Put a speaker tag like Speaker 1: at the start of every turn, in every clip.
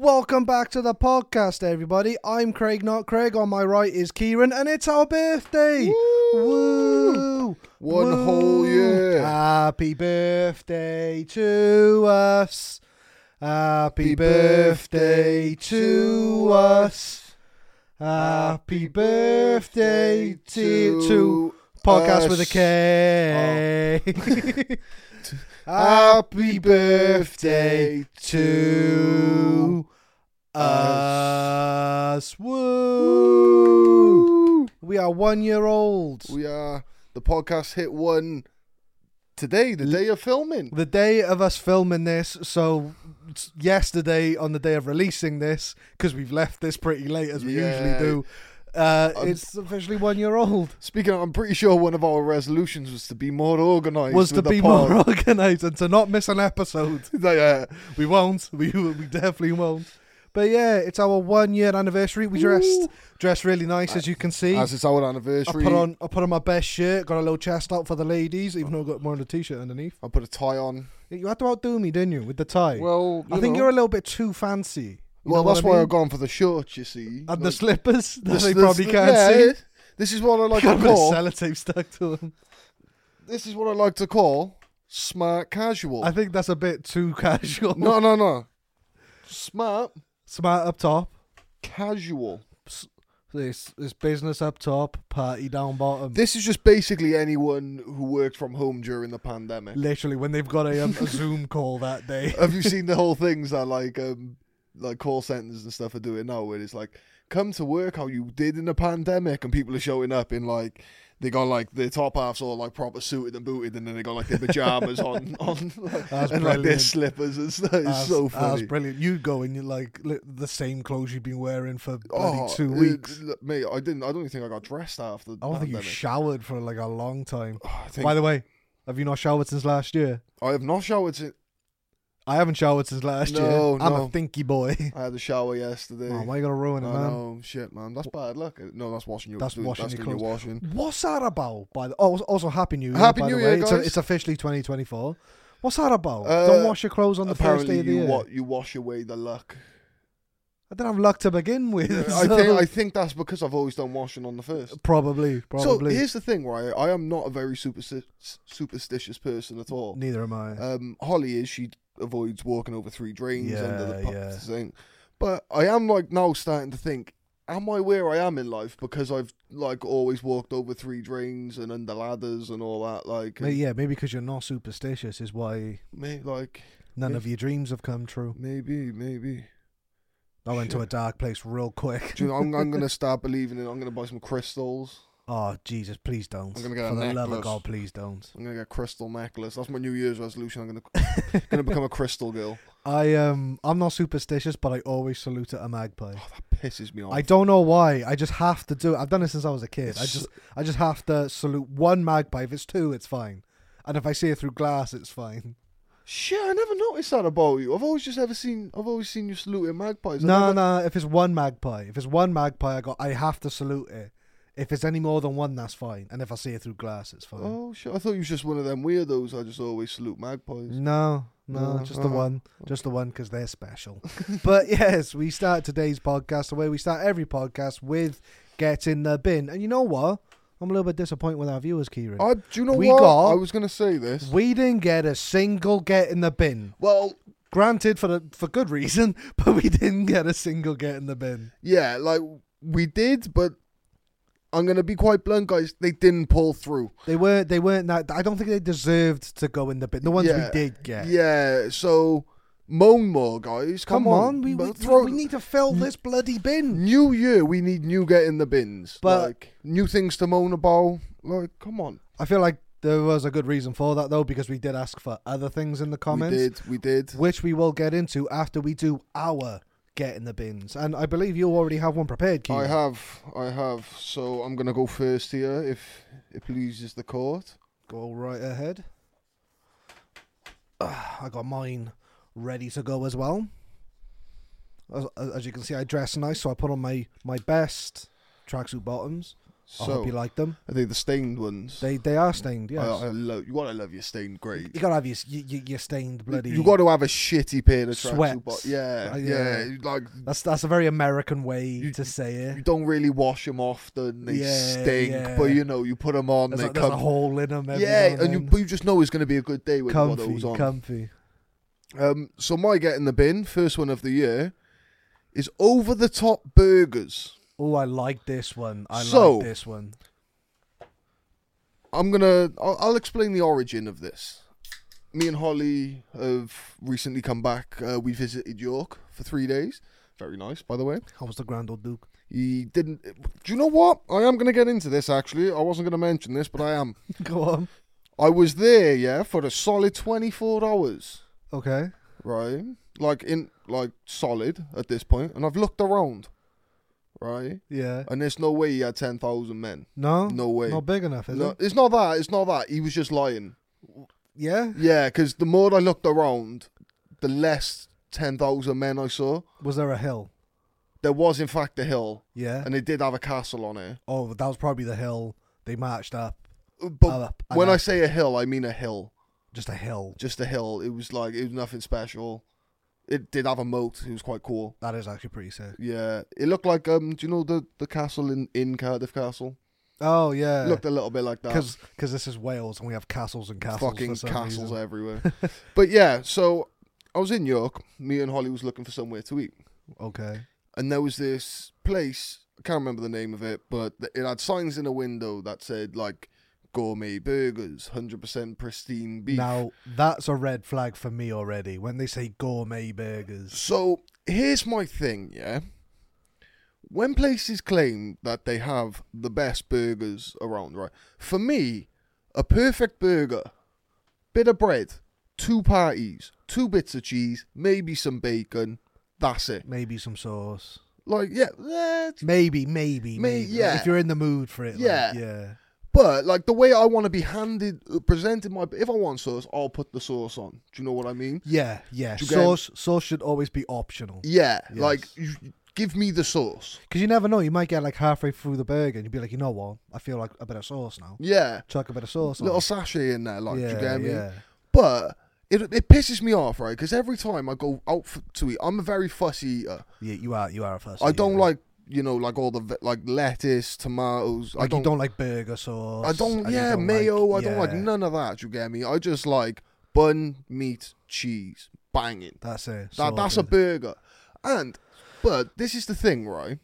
Speaker 1: Welcome back to the podcast, everybody. I'm Craig, not Craig. On my right is Kieran, and it's our birthday. Woo!
Speaker 2: One
Speaker 1: Woo.
Speaker 2: whole year.
Speaker 1: Happy birthday to us. Happy
Speaker 2: Happy
Speaker 1: birthday
Speaker 2: birthday
Speaker 1: to
Speaker 2: to
Speaker 1: us. Happy birthday to, to podcast with a
Speaker 2: us. Oh.
Speaker 1: K.
Speaker 2: Happy birthday to
Speaker 1: us. Woo! We are one year old.
Speaker 2: We are the podcast hit one today, the day of filming.
Speaker 1: the day of us filming this, so it's yesterday on the day of releasing this, because we've left this pretty late as we
Speaker 2: Yeah.
Speaker 1: usually do. Uh,
Speaker 2: I'm-
Speaker 1: it's officially one year old.
Speaker 2: Speaking, of, I'm pretty sure one of our resolutions was to be more organised.
Speaker 1: Was to
Speaker 2: with the
Speaker 1: be
Speaker 2: pod.
Speaker 1: more organised and to not miss an episode.
Speaker 2: yeah,
Speaker 1: We won't. We we definitely won't. But yeah, it's our one year anniversary. We dressed dressed really nice, as you can see. I
Speaker 2: as it's our anniversary,
Speaker 1: put on I put on my best shirt. Got a little chest out for the ladies, even though I got more than a t-shirt underneath.
Speaker 2: I put a tie on.
Speaker 1: You had to outdo me, didn't you, with the tie?
Speaker 2: Well,
Speaker 1: I think you're a little bit too fancy. You
Speaker 2: well.
Speaker 1: know what
Speaker 2: That's
Speaker 1: I
Speaker 2: why
Speaker 1: mean?
Speaker 2: I've gone for the shorts. You see,
Speaker 1: and the
Speaker 2: Like,
Speaker 1: slippers that
Speaker 2: this-
Speaker 1: they
Speaker 2: this-
Speaker 1: probably can't
Speaker 2: yeah,
Speaker 1: see.
Speaker 2: This is what I like
Speaker 1: Got
Speaker 2: to
Speaker 1: a bit of
Speaker 2: call.
Speaker 1: sellotape stuck to them.
Speaker 2: This is what I like to call smart casual.
Speaker 1: I think that's a bit too casual.
Speaker 2: no, no, no. Smart
Speaker 1: Smart up top.
Speaker 2: casual.
Speaker 1: This this business up top, party down bottom.
Speaker 2: This is just basically anyone who worked from home during the pandemic.
Speaker 1: Literally, when they've got a, um, a Zoom call that day.
Speaker 2: Have you seen the whole things that like um like call centers and stuff are doing now where it's like come to work how you did in the pandemic and people are showing up in like they got like their top halves all like proper suited and booted and then they got like their pajamas on on like,
Speaker 1: That's
Speaker 2: and like their
Speaker 1: brilliant.
Speaker 2: slippers and stuff. It's
Speaker 1: That's-
Speaker 2: so
Speaker 1: That's
Speaker 2: funny.
Speaker 1: brilliant. You go in you're like li- the same clothes you've been wearing for
Speaker 2: Oh,
Speaker 1: bloody two
Speaker 2: it-
Speaker 1: weeks.
Speaker 2: look, mate, I didn't. I don't even think I got dressed after.
Speaker 1: I don't think you
Speaker 2: pandemic.
Speaker 1: showered for like a long time.
Speaker 2: Oh, I, think-
Speaker 1: By the way, have you not showered since last year?
Speaker 2: I have not showered since
Speaker 1: I haven't showered since last
Speaker 2: No,
Speaker 1: year. I'm a
Speaker 2: no.
Speaker 1: thinky boy.
Speaker 2: I had a shower yesterday.
Speaker 1: Oh, why you gonna ruin it,
Speaker 2: I
Speaker 1: man?
Speaker 2: know, shit, man. That's bad luck. No, that's washing your.
Speaker 1: That's
Speaker 2: doing-
Speaker 1: washing
Speaker 2: that's
Speaker 1: your
Speaker 2: doing your
Speaker 1: clothes.
Speaker 2: washing.
Speaker 1: What's that about? By the oh, also happy New Year.
Speaker 2: Happy
Speaker 1: by
Speaker 2: New
Speaker 1: the
Speaker 2: Year,
Speaker 1: way. It's, a-
Speaker 2: guys.
Speaker 1: it's officially 2024. What's that about?
Speaker 2: Uh,
Speaker 1: Don't wash your clothes on the first
Speaker 2: Apparently,
Speaker 1: day of the
Speaker 2: you,
Speaker 1: year.
Speaker 2: wa- you wash away the luck.
Speaker 1: I didn't have luck to begin with.
Speaker 2: I
Speaker 1: so-
Speaker 2: think I think that's because I've always done washing on the first.
Speaker 1: probably,
Speaker 2: So
Speaker 1: probably.
Speaker 2: here's the thing, right? I am not a very supersti- superstitious person at all.
Speaker 1: Neither am I.
Speaker 2: Um, Holly is. She avoids walking over three drains under the
Speaker 1: Yeah,
Speaker 2: pu-
Speaker 1: yeah.
Speaker 2: thing. But I am like now starting to think. Am I where I am in life because I've like always walked over three drains and under ladders and all that? Like,
Speaker 1: May- yeah, maybe because you're not superstitious is why
Speaker 2: may- like
Speaker 1: none
Speaker 2: Yeah.
Speaker 1: of your dreams have come true.
Speaker 2: maybe, maybe.
Speaker 1: I went to
Speaker 2: Shit.
Speaker 1: a dark place real quick.
Speaker 2: Do you know, I'm, I'm gonna start believing in. I'm gonna buy some crystals.
Speaker 1: Oh Jesus, please don't.
Speaker 2: I'm gonna get
Speaker 1: For
Speaker 2: a
Speaker 1: the love of
Speaker 2: necklace.
Speaker 1: God, please don't.
Speaker 2: I'm gonna get a crystal necklace. That's my New Year's resolution. I'm gonna gonna become a crystal girl.
Speaker 1: I um I'm not superstitious, but I always salute at a magpie.
Speaker 2: Oh, that pisses me off.
Speaker 1: I don't know why. I just have to do it. I've done it since I was a kid. I
Speaker 2: It's-
Speaker 1: just I just have to salute one magpie. If it's two, it's fine. And if I see it through glass, it's fine.
Speaker 2: Shit, I never noticed that about you. I've always just ever seen. I've always seen you saluting magpies. I
Speaker 1: No,
Speaker 2: never-
Speaker 1: no. If it's one magpie, if it's one magpie, I got I have to salute it. If it's any more than one, that's fine. And if I see it through glass, it's fine.
Speaker 2: Oh shit! I thought you was just one of them weirdos. I just always salute magpies.
Speaker 1: No, no,
Speaker 2: No,
Speaker 1: just the
Speaker 2: uh-uh.
Speaker 1: one, just the one, because they're special. but yes, we start today's podcast the way we start every podcast with getting the bin. And you know what? I'm a little bit disappointed with our viewers, Kieran.
Speaker 2: I, do you know
Speaker 1: We
Speaker 2: what?
Speaker 1: got-
Speaker 2: I was gonna say this.
Speaker 1: Oh, we didn't get a single get in the bin.
Speaker 2: well,
Speaker 1: Granted, for the, for good reason, but we didn't get a single get in the bin.
Speaker 2: yeah, like we did, but I'm gonna be quite blunt, guys. They didn't pull through.
Speaker 1: They weren't. They weren't that. I don't think they deserved to go in the bin. The ones
Speaker 2: Yeah.
Speaker 1: we did get.
Speaker 2: Yeah, so moan more, guys.
Speaker 1: Come,
Speaker 2: Come,
Speaker 1: on, we, we,
Speaker 2: But throw,
Speaker 1: we need to fill this bloody bin.
Speaker 2: New year, we need new get in the bins.
Speaker 1: But-
Speaker 2: like new things to moan about. Like, come on.
Speaker 1: I feel like there was a good reason for that though, because we did ask for other things in the comments.
Speaker 2: We did, we did.
Speaker 1: which we will get into after we do our get in the bins. And I believe you already have one prepared, Keith.
Speaker 2: I have, I have. So I'm gonna go first here, if it pleases the court.
Speaker 1: Go right ahead. Ah, I got mine ready to go as well. As, as you can see, I dress nice, so I put on my, my best tracksuit bottoms. I
Speaker 2: So
Speaker 1: hope you like them.
Speaker 2: I think the stained ones.
Speaker 1: They they are stained. Yes,
Speaker 2: I, I love you. Gotta love your stained grade.
Speaker 1: you gotta have your s- your, your- your stained bloody.
Speaker 2: You got to have a shitty pair of
Speaker 1: Sweats.
Speaker 2: tracksuit, but yeah,
Speaker 1: Uh, yeah.
Speaker 2: yeah, like
Speaker 1: That's that's a very American way
Speaker 2: You-
Speaker 1: to say
Speaker 2: you
Speaker 1: it.
Speaker 2: don't really wash them often. They
Speaker 1: Yeah,
Speaker 2: stink,
Speaker 1: yeah.
Speaker 2: but you know you put them on,
Speaker 1: There's,
Speaker 2: they
Speaker 1: like, there's a
Speaker 2: come.
Speaker 1: hole in them. Every
Speaker 2: yeah,
Speaker 1: now
Speaker 2: and you
Speaker 1: then.
Speaker 2: but you just know it's going to be a good day with one of
Speaker 1: comfy,
Speaker 2: those on.
Speaker 1: comfy.
Speaker 2: Um, so my get in the bin, first one of the year, is over the top burgers.
Speaker 1: Oh, I like this one. I
Speaker 2: So-
Speaker 1: like this one.
Speaker 2: I'm gonna. I'll, I'll explain the origin of this. Me and Holly have recently come back. Uh, we visited York for three days. Very nice, by the way.
Speaker 1: How was the Grand Old Duke?
Speaker 2: He didn't. Do you know what? I am gonna get into this. Actually, I wasn't gonna mention this, but I am.
Speaker 1: Go on.
Speaker 2: I was there, yeah, for a solid 24 hours,
Speaker 1: Okay.
Speaker 2: right? Like in like solid at this point, and I've looked around, right?
Speaker 1: Yeah.
Speaker 2: And there's no way he had 10,000 men.
Speaker 1: No.
Speaker 2: No way.
Speaker 1: Not big enough, is
Speaker 2: No,
Speaker 1: it?
Speaker 2: it's not that. It's not that. He was just lying.
Speaker 1: Yeah.
Speaker 2: Yeah, because the more I looked around, the less 10,000 men I saw.
Speaker 1: Was there a hill?
Speaker 2: There was, in fact, a hill,
Speaker 1: Yeah.
Speaker 2: and it did have a castle on it.
Speaker 1: Oh, that was probably the hill they marched up.
Speaker 2: But
Speaker 1: Up, and
Speaker 2: when I
Speaker 1: up.
Speaker 2: say a hill, I mean a hill.
Speaker 1: Just a hill.
Speaker 2: Just a hill. It was like, it was nothing special. It did have a moat. It was quite cool.
Speaker 1: That is actually pretty sick.
Speaker 2: Yeah, it looked like um. Do you know the the castle in in Cardiff Castle?
Speaker 1: Oh
Speaker 2: It
Speaker 1: yeah.
Speaker 2: looked a little bit like that.
Speaker 1: Because this is Wales and we have castles and castles.
Speaker 2: fucking
Speaker 1: for some
Speaker 2: castles
Speaker 1: reason.
Speaker 2: everywhere. but yeah, so I was in York. Me and Holly was looking for somewhere to eat,
Speaker 1: Okay.
Speaker 2: and there was this place. I can't remember the name of it, but th- it had signs in a window that said like gourmet burgers, hundred percent pristine beef.
Speaker 1: Now that's a red flag for me already. When they say gourmet burgers.
Speaker 2: So here's my thing, yeah. When places claim that they have the best burgers around, right? For me, a perfect burger, bit of bread, two patties, two bits of cheese, maybe some bacon. That's it.
Speaker 1: Maybe some sauce.
Speaker 2: Like, yeah, eh,
Speaker 1: Maybe, maybe,
Speaker 2: May-
Speaker 1: maybe. Like,
Speaker 2: yeah.
Speaker 1: if you're in the mood for it. like,
Speaker 2: Yeah.
Speaker 1: yeah.
Speaker 2: but like the way I want to be handed, uh, presented my. If I want sauce, I'll put the sauce on. Do you know what I mean?
Speaker 1: Yeah. Yeah.
Speaker 2: Do you get-
Speaker 1: Sauce. Sauce should always be optional.
Speaker 2: Yeah,
Speaker 1: Yes.
Speaker 2: like you, give me the sauce.
Speaker 1: Because you never know. You might get like halfway through the burger and you'd be like, you know what? I feel like a bit of sauce now.
Speaker 2: Yeah,
Speaker 1: Chuck a bit of sauce. on.
Speaker 2: little sachet in there, like. do you get me?
Speaker 1: yeah.
Speaker 2: But it, it pisses me off, right? Because every time I go out f to eat, I'm a very fussy eater.
Speaker 1: Yeah, you are. You are a fussy.
Speaker 2: I don't
Speaker 1: yeah.
Speaker 2: like, you know, like all the ve- like lettuce, tomatoes.
Speaker 1: Like
Speaker 2: I don't.
Speaker 1: you don't like burger sauce.
Speaker 2: I don't.
Speaker 1: and you
Speaker 2: Yeah, mayo.
Speaker 1: like-
Speaker 2: I don't like
Speaker 1: yeah,
Speaker 2: none of that. You get me? I just like bun, meat, cheese, banging.
Speaker 1: That's it.
Speaker 2: That, that's a
Speaker 1: sorted.
Speaker 2: burger. And but this is the thing, right?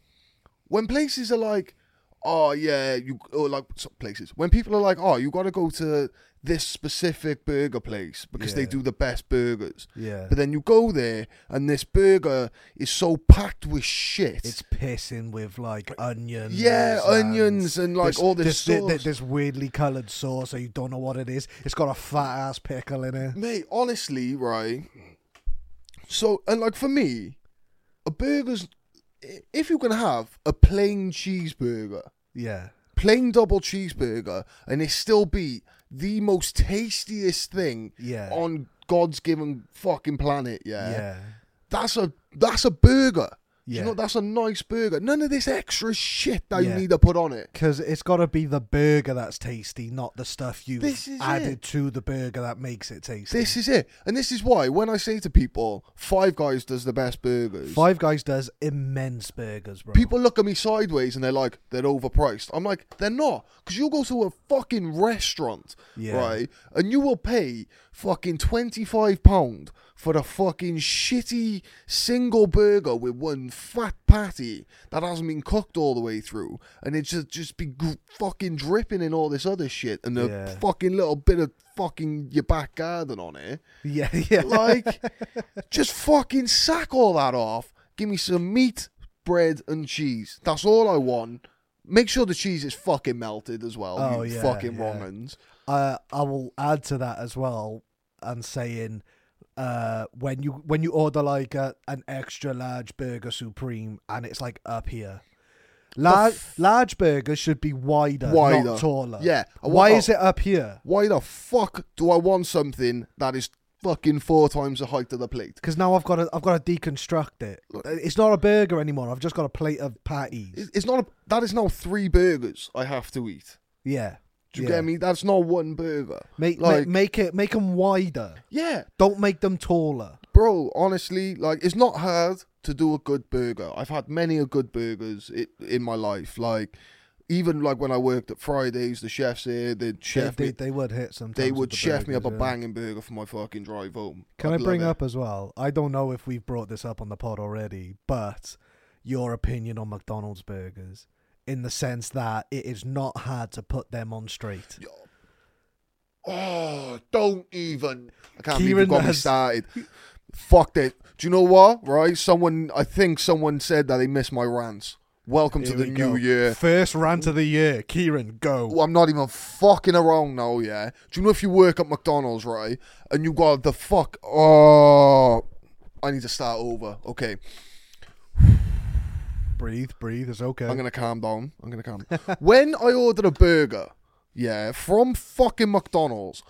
Speaker 2: When places are like, oh yeah, you or like some places when people are like, oh, you got to go to this specific burger place because they
Speaker 1: Yeah.
Speaker 2: do the best burgers.
Speaker 1: Yeah.
Speaker 2: But then you go there and this burger is so packed with shit.
Speaker 1: It's pissing with like onions.
Speaker 2: yeah,
Speaker 1: and
Speaker 2: onions and like all this,
Speaker 1: thi-
Speaker 2: sauce.
Speaker 1: thi- this weirdly coloured sauce, so you don't know what it is. It's got a fat ass pickle in it.
Speaker 2: Mate, honestly, right. So and like for me, a burger's i- if you can have a plain cheeseburger,
Speaker 1: Yeah,
Speaker 2: plain double cheeseburger and it still be the most tastiest thing
Speaker 1: yeah,
Speaker 2: on God's given fucking planet. Yeah.
Speaker 1: yeah,
Speaker 2: That's a that's a burger.
Speaker 1: yeah.
Speaker 2: You know, that's a nice burger. None of this extra shit that
Speaker 1: Yeah.
Speaker 2: you need to put on it.
Speaker 1: Because it's got to be the burger that's tasty, not the stuff you
Speaker 2: This is
Speaker 1: added
Speaker 2: it.
Speaker 1: to the burger that makes it tasty.
Speaker 2: This is it. And this is why when I say to people, Five Guys does the best burgers.
Speaker 1: Five Guys does immense burgers, bro.
Speaker 2: People look at me sideways and they're like, they're overpriced. I'm like, they're not. Because you go to a fucking restaurant,
Speaker 1: Yeah.
Speaker 2: right? And you will pay fucking £25 for the fucking shitty single burger with one fat patty that hasn't been cooked all the way through. And it just, just be gr- fucking dripping in all this other shit and a
Speaker 1: Yeah.
Speaker 2: fucking little bit of fucking your back garden on it.
Speaker 1: yeah, yeah,
Speaker 2: Like, just fucking sack all that off. Give me some meat, bread, and cheese. That's all I want. Make sure the cheese is fucking melted as well.
Speaker 1: Oh,
Speaker 2: you
Speaker 1: yeah,
Speaker 2: fucking
Speaker 1: yeah.
Speaker 2: wrong uns.
Speaker 1: uh, I will add to that as well and saying uh when you when you order like a, an extra large burger supreme and it's like up here large large burgers should be wider,
Speaker 2: Wider.
Speaker 1: not taller
Speaker 2: Yeah.
Speaker 1: why
Speaker 2: What-
Speaker 1: is it up here
Speaker 2: Why the fuck do I want something that is fucking four times the height of the plate.
Speaker 1: Because now I've got to I've got to deconstruct it. Uh, It's not a burger anymore. I've just got a plate of patties.
Speaker 2: It's it's not a, that is now three burgers I have to eat.
Speaker 1: Yeah.
Speaker 2: Do you
Speaker 1: yeah.
Speaker 2: get me? That's not one burger.
Speaker 1: Make, ma-
Speaker 2: Like-
Speaker 1: make it make them wider.
Speaker 2: Yeah,
Speaker 1: Don't make them taller.
Speaker 2: bro. Honestly, like it's not hard to do a good burger. I've had many a good burgers i in my life. Like even like when I worked at Fridays, the chefs here, they'd
Speaker 1: They,
Speaker 2: chef
Speaker 1: they,
Speaker 2: me.
Speaker 1: they would hit sometimes.
Speaker 2: They
Speaker 1: with
Speaker 2: would
Speaker 1: the
Speaker 2: chef me up a
Speaker 1: burgers, yeah.
Speaker 2: banging burger for my fucking drive home.
Speaker 1: Can
Speaker 2: I'd
Speaker 1: I
Speaker 2: love
Speaker 1: bring
Speaker 2: it.
Speaker 1: up as well? I don't know if we've brought this up on the pod already, but your opinion on McDonald's burgers in the sense that it is not hard to put them on straight.
Speaker 2: Oh, don't even. I can't believe you
Speaker 1: Kieran
Speaker 2: got me
Speaker 1: has-
Speaker 2: started. Fuck it. Do you know what? Right? Someone, I think someone said that they missed my rants. Welcome
Speaker 1: Here
Speaker 2: to the
Speaker 1: we
Speaker 2: new
Speaker 1: go.
Speaker 2: year.
Speaker 1: First rant of the year. Kieran, go.
Speaker 2: Well, I'm not even fucking around now, yeah. Do you know if you work at McDonald's, right, and you got the fuck? Oh, I need to start over. Okay,
Speaker 1: Breathe, breathe. It's okay.
Speaker 2: I'm gonna calm down. I'm gonna calm. when I ordered a burger, yeah, from fucking McDonald's,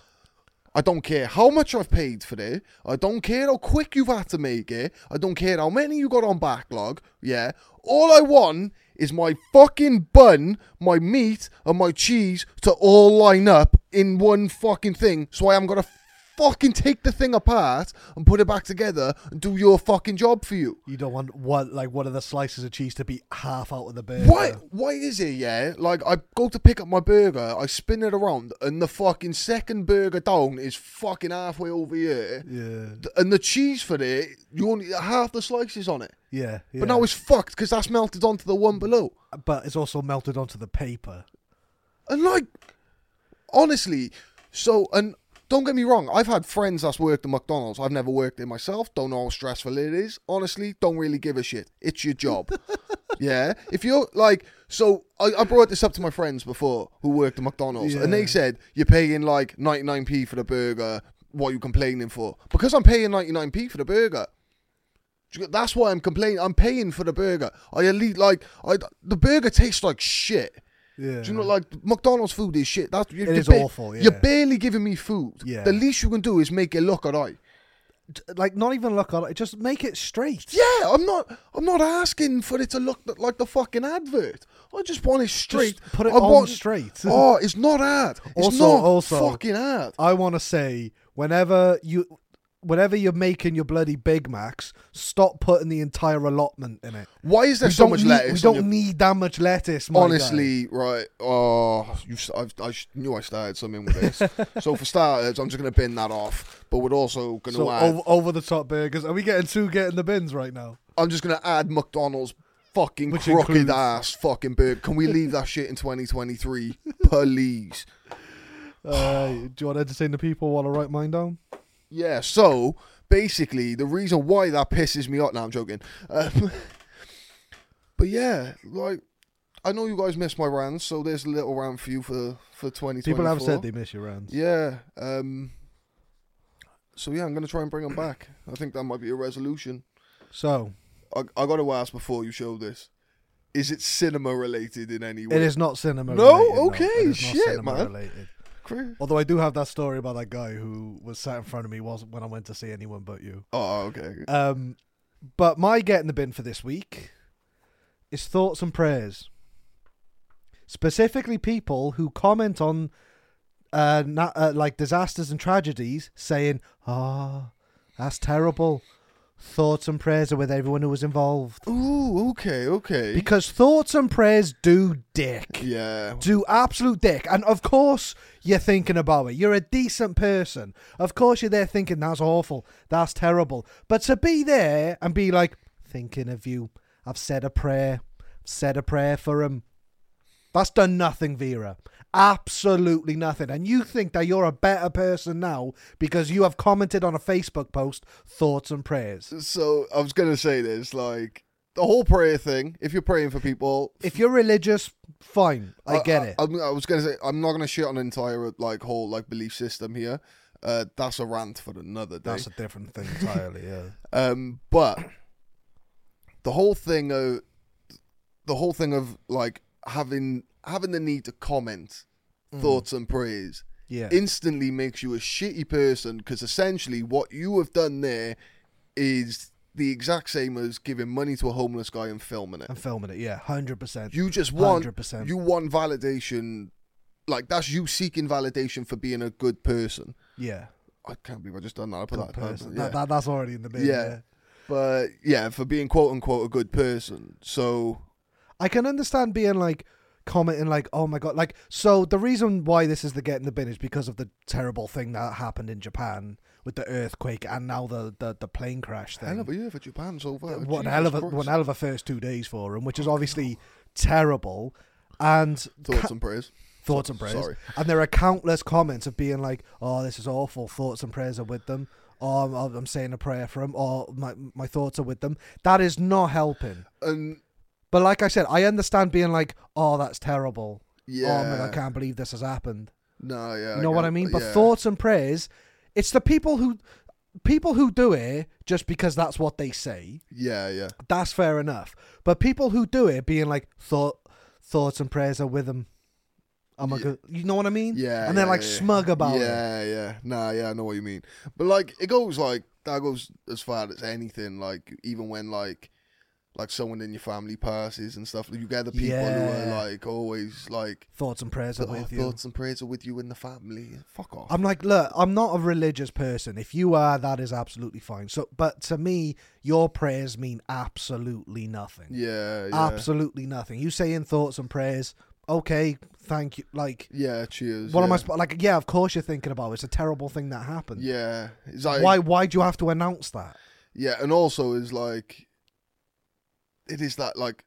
Speaker 2: I don't care how much I've paid for it. I don't care how quick you've had to make it. I don't care how many you got on backlog. Yeah, all I want is my fucking bun, my meat, and my cheese to all line up in one fucking thing, so I am gonna. Fucking take the thing apart and put it back together and do your fucking job for you.
Speaker 1: You don't want one like one of the slices of cheese to be half out of the burger.
Speaker 2: Why? Why is it? Yeah, like I go to pick up my burger, I spin it around, and the fucking second burger down is fucking halfway over here,
Speaker 1: Yeah.
Speaker 2: Th- and the cheese for it, you only half the slices on it,
Speaker 1: Yeah. yeah.
Speaker 2: but now it's fucked because that's melted onto the one below.
Speaker 1: but it's also melted onto the paper.
Speaker 2: And like, honestly, so and don't get me wrong, I've had friends that's worked at McDonald's. I've never worked there myself. Don't know how stressful it is. Honestly, don't really give a shit. It's your job. yeah. If you're like, so I, I brought this up to my friends before who worked at McDonald's, and they
Speaker 1: Yeah.
Speaker 2: said you're paying like 99p for the burger. What are you complaining for? Because I'm paying 99p for the burger. Do you get- That's why I'm complaining. I'm paying for the burger. I elite like I the burger tastes like shit.
Speaker 1: Yeah.
Speaker 2: Do you know, like McDonald's food is shit. That's you
Speaker 1: It is awful, yeah.
Speaker 2: You're barely giving me food.
Speaker 1: Yeah.
Speaker 2: The least you can do is make it look alright.
Speaker 1: D- like not even look on it. Just make it straight.
Speaker 2: Yeah, I'm not. I'm not asking for it to look th- like the fucking advert. I just want it straight.
Speaker 1: Just put it
Speaker 2: I
Speaker 1: on
Speaker 2: want-
Speaker 1: straight.
Speaker 2: oh, it's not hard. It's
Speaker 1: Also-
Speaker 2: not
Speaker 1: also-
Speaker 2: fucking hard.
Speaker 1: I want to say whenever you whenever you're making your bloody Big Macs, stop putting the entire allotment in it.
Speaker 2: Why is there
Speaker 1: We
Speaker 2: so
Speaker 1: don't
Speaker 2: much
Speaker 1: need,
Speaker 2: lettuce?
Speaker 1: We don't
Speaker 2: on your-
Speaker 1: need that much lettuce. My guy.
Speaker 2: Honestly, right? Oh, you, s- I've, I sh- knew I started something with this. so for starters, I'm just gonna bin that off. But we're also gonna
Speaker 1: So
Speaker 2: add.
Speaker 1: over, over the top burgers. Are we getting two get in the bins right now?
Speaker 2: I'm just gonna add McDonald's fucking
Speaker 1: Which
Speaker 2: crooked
Speaker 1: includes-
Speaker 2: ass fucking burger. Can we leave that shit in 2023, please?
Speaker 1: Uh, do you want to entertain the people while I write mine down?
Speaker 2: Yeah. So basically, the reason why that pisses me off. Now I'm joking. Um, but yeah, like I know you guys missed my rant, so there's a little rant for you for for 2024.
Speaker 1: People have said they miss your rounds.
Speaker 2: Yeah. Um. So yeah, I'm gonna try and bring them back. I think that might be a resolution.
Speaker 1: So
Speaker 2: I I got to ask before you show this. Is it cinema related in any way?
Speaker 1: it is not cinema.
Speaker 2: No?
Speaker 1: related,
Speaker 2: Okay,
Speaker 1: it is not
Speaker 2: shit,
Speaker 1: cinema
Speaker 2: man.
Speaker 1: Related.
Speaker 2: Chris-
Speaker 1: Although I do have that story about that guy who was sat in front of me wasn't when I went to see anyone but you.
Speaker 2: Oh, okay.
Speaker 1: Um, but my get in the bin for this week is thoughts and prayers. Specifically, people who comment on uh, na uh, like disasters and tragedies, saying, "Ah, that's terrible." Thoughts and prayers are with everyone who was involved
Speaker 2: Ooh, okay, okay.
Speaker 1: because thoughts and prayers do dick
Speaker 2: yeah.
Speaker 1: do absolute dick. And of course, you're thinking about it. You're a decent person. Of course, you're there thinking, that's awful. That's terrible. But to be there and be like, thinking of you, I've said a prayer, said a prayer for him. That's done nothing, Vera. Absolutely nothing. And you think that you're a better person now because you have commented on a Facebook post, thoughts and prayers.
Speaker 2: So I was gonna say this, like the whole prayer thing. If you're praying for people,
Speaker 1: If you're religious, fine. I get it.
Speaker 2: I, I was gonna say I'm not gonna shit on the entire like whole like belief system here. Uh, that's a rant for another day.
Speaker 1: That's a different thing entirely, yeah.
Speaker 2: Um, but the whole thing of the whole
Speaker 1: Mm.
Speaker 2: thing of like having having the need to comment thoughts and prayers
Speaker 1: Yeah.
Speaker 2: instantly makes you a shitty person because essentially what you have done there is the exact same as giving money to a homeless guy and filming it.
Speaker 1: I'm filming it. Yeah, hundred percent.
Speaker 2: You just want
Speaker 1: 100%.
Speaker 2: you want validation, like that's you seeking validation for being a good person.
Speaker 1: Yeah,
Speaker 2: I can't believe I just done that. I put
Speaker 1: good
Speaker 2: that, that-
Speaker 1: person.
Speaker 2: yeah.
Speaker 1: That, that, that's already in the bin.
Speaker 2: Yeah.
Speaker 1: yeah.
Speaker 2: but yeah, for being quote unquote a good person. So
Speaker 1: I can understand being like commenting like, "Oh my god!" Like, so the reason why this is the get in the bin is because of the terrible thing that happened in Japan with the earthquake and now the the, the plane crash thing.
Speaker 2: hell of a year for Japan so far.
Speaker 1: one
Speaker 2: Jesus
Speaker 1: hell of a
Speaker 2: Christ.
Speaker 1: one hell of a first two days for him, which is obviously terrible. And
Speaker 2: Thoughts and prayers.
Speaker 1: thoughts and prayers.
Speaker 2: Sorry.
Speaker 1: And there are countless comments of being like, "Oh, this is awful." Thoughts and prayers are with them. Oh, I'm, I'm saying a prayer for him. Or my my thoughts are with them. That is not helping.
Speaker 2: And
Speaker 1: But like I said, I understand being like, "Oh, that's terrible." Oh my
Speaker 2: Yeah.
Speaker 1: God, I can't believe this has happened.
Speaker 2: no, yeah,
Speaker 1: You know what
Speaker 2: get-
Speaker 1: I mean? But
Speaker 2: yeah.
Speaker 1: thoughts and prayers, it's the people who people who do it just because that's what they say.
Speaker 2: Yeah, yeah.
Speaker 1: That's fair enough. But people who do it being like thought thoughts and prayers are with them. I'm a
Speaker 2: Yeah.
Speaker 1: good, you know what I mean?
Speaker 2: Yeah,
Speaker 1: And they're
Speaker 2: yeah,
Speaker 1: like
Speaker 2: yeah.
Speaker 1: smug about it.
Speaker 2: Yeah, yeah. Nah, yeah, I know what you mean. But like it goes like that goes as far as anything, like even when like like someone in your family passes and stuff, you get the people who
Speaker 1: Yeah.
Speaker 2: are like always like
Speaker 1: Thoughts and prayers are
Speaker 2: "Oh,
Speaker 1: with you.
Speaker 2: thoughts and prayers are with you in the family. Fuck off.
Speaker 1: I'm like, look, I'm not a religious person. If you are, that is absolutely fine. So, but to me, your prayers mean absolutely nothing.
Speaker 2: yeah, yeah.
Speaker 1: Absolutely nothing. You saying thoughts and prayers, okay, thank you. Like,
Speaker 2: yeah, cheers.
Speaker 1: what
Speaker 2: yeah.
Speaker 1: am I sp- like? Yeah, of course you're thinking about. It. It's a terrible thing that happened.
Speaker 2: Yeah. It's like
Speaker 1: Why? Why do you have to announce that?
Speaker 2: Yeah, and also is like it is that like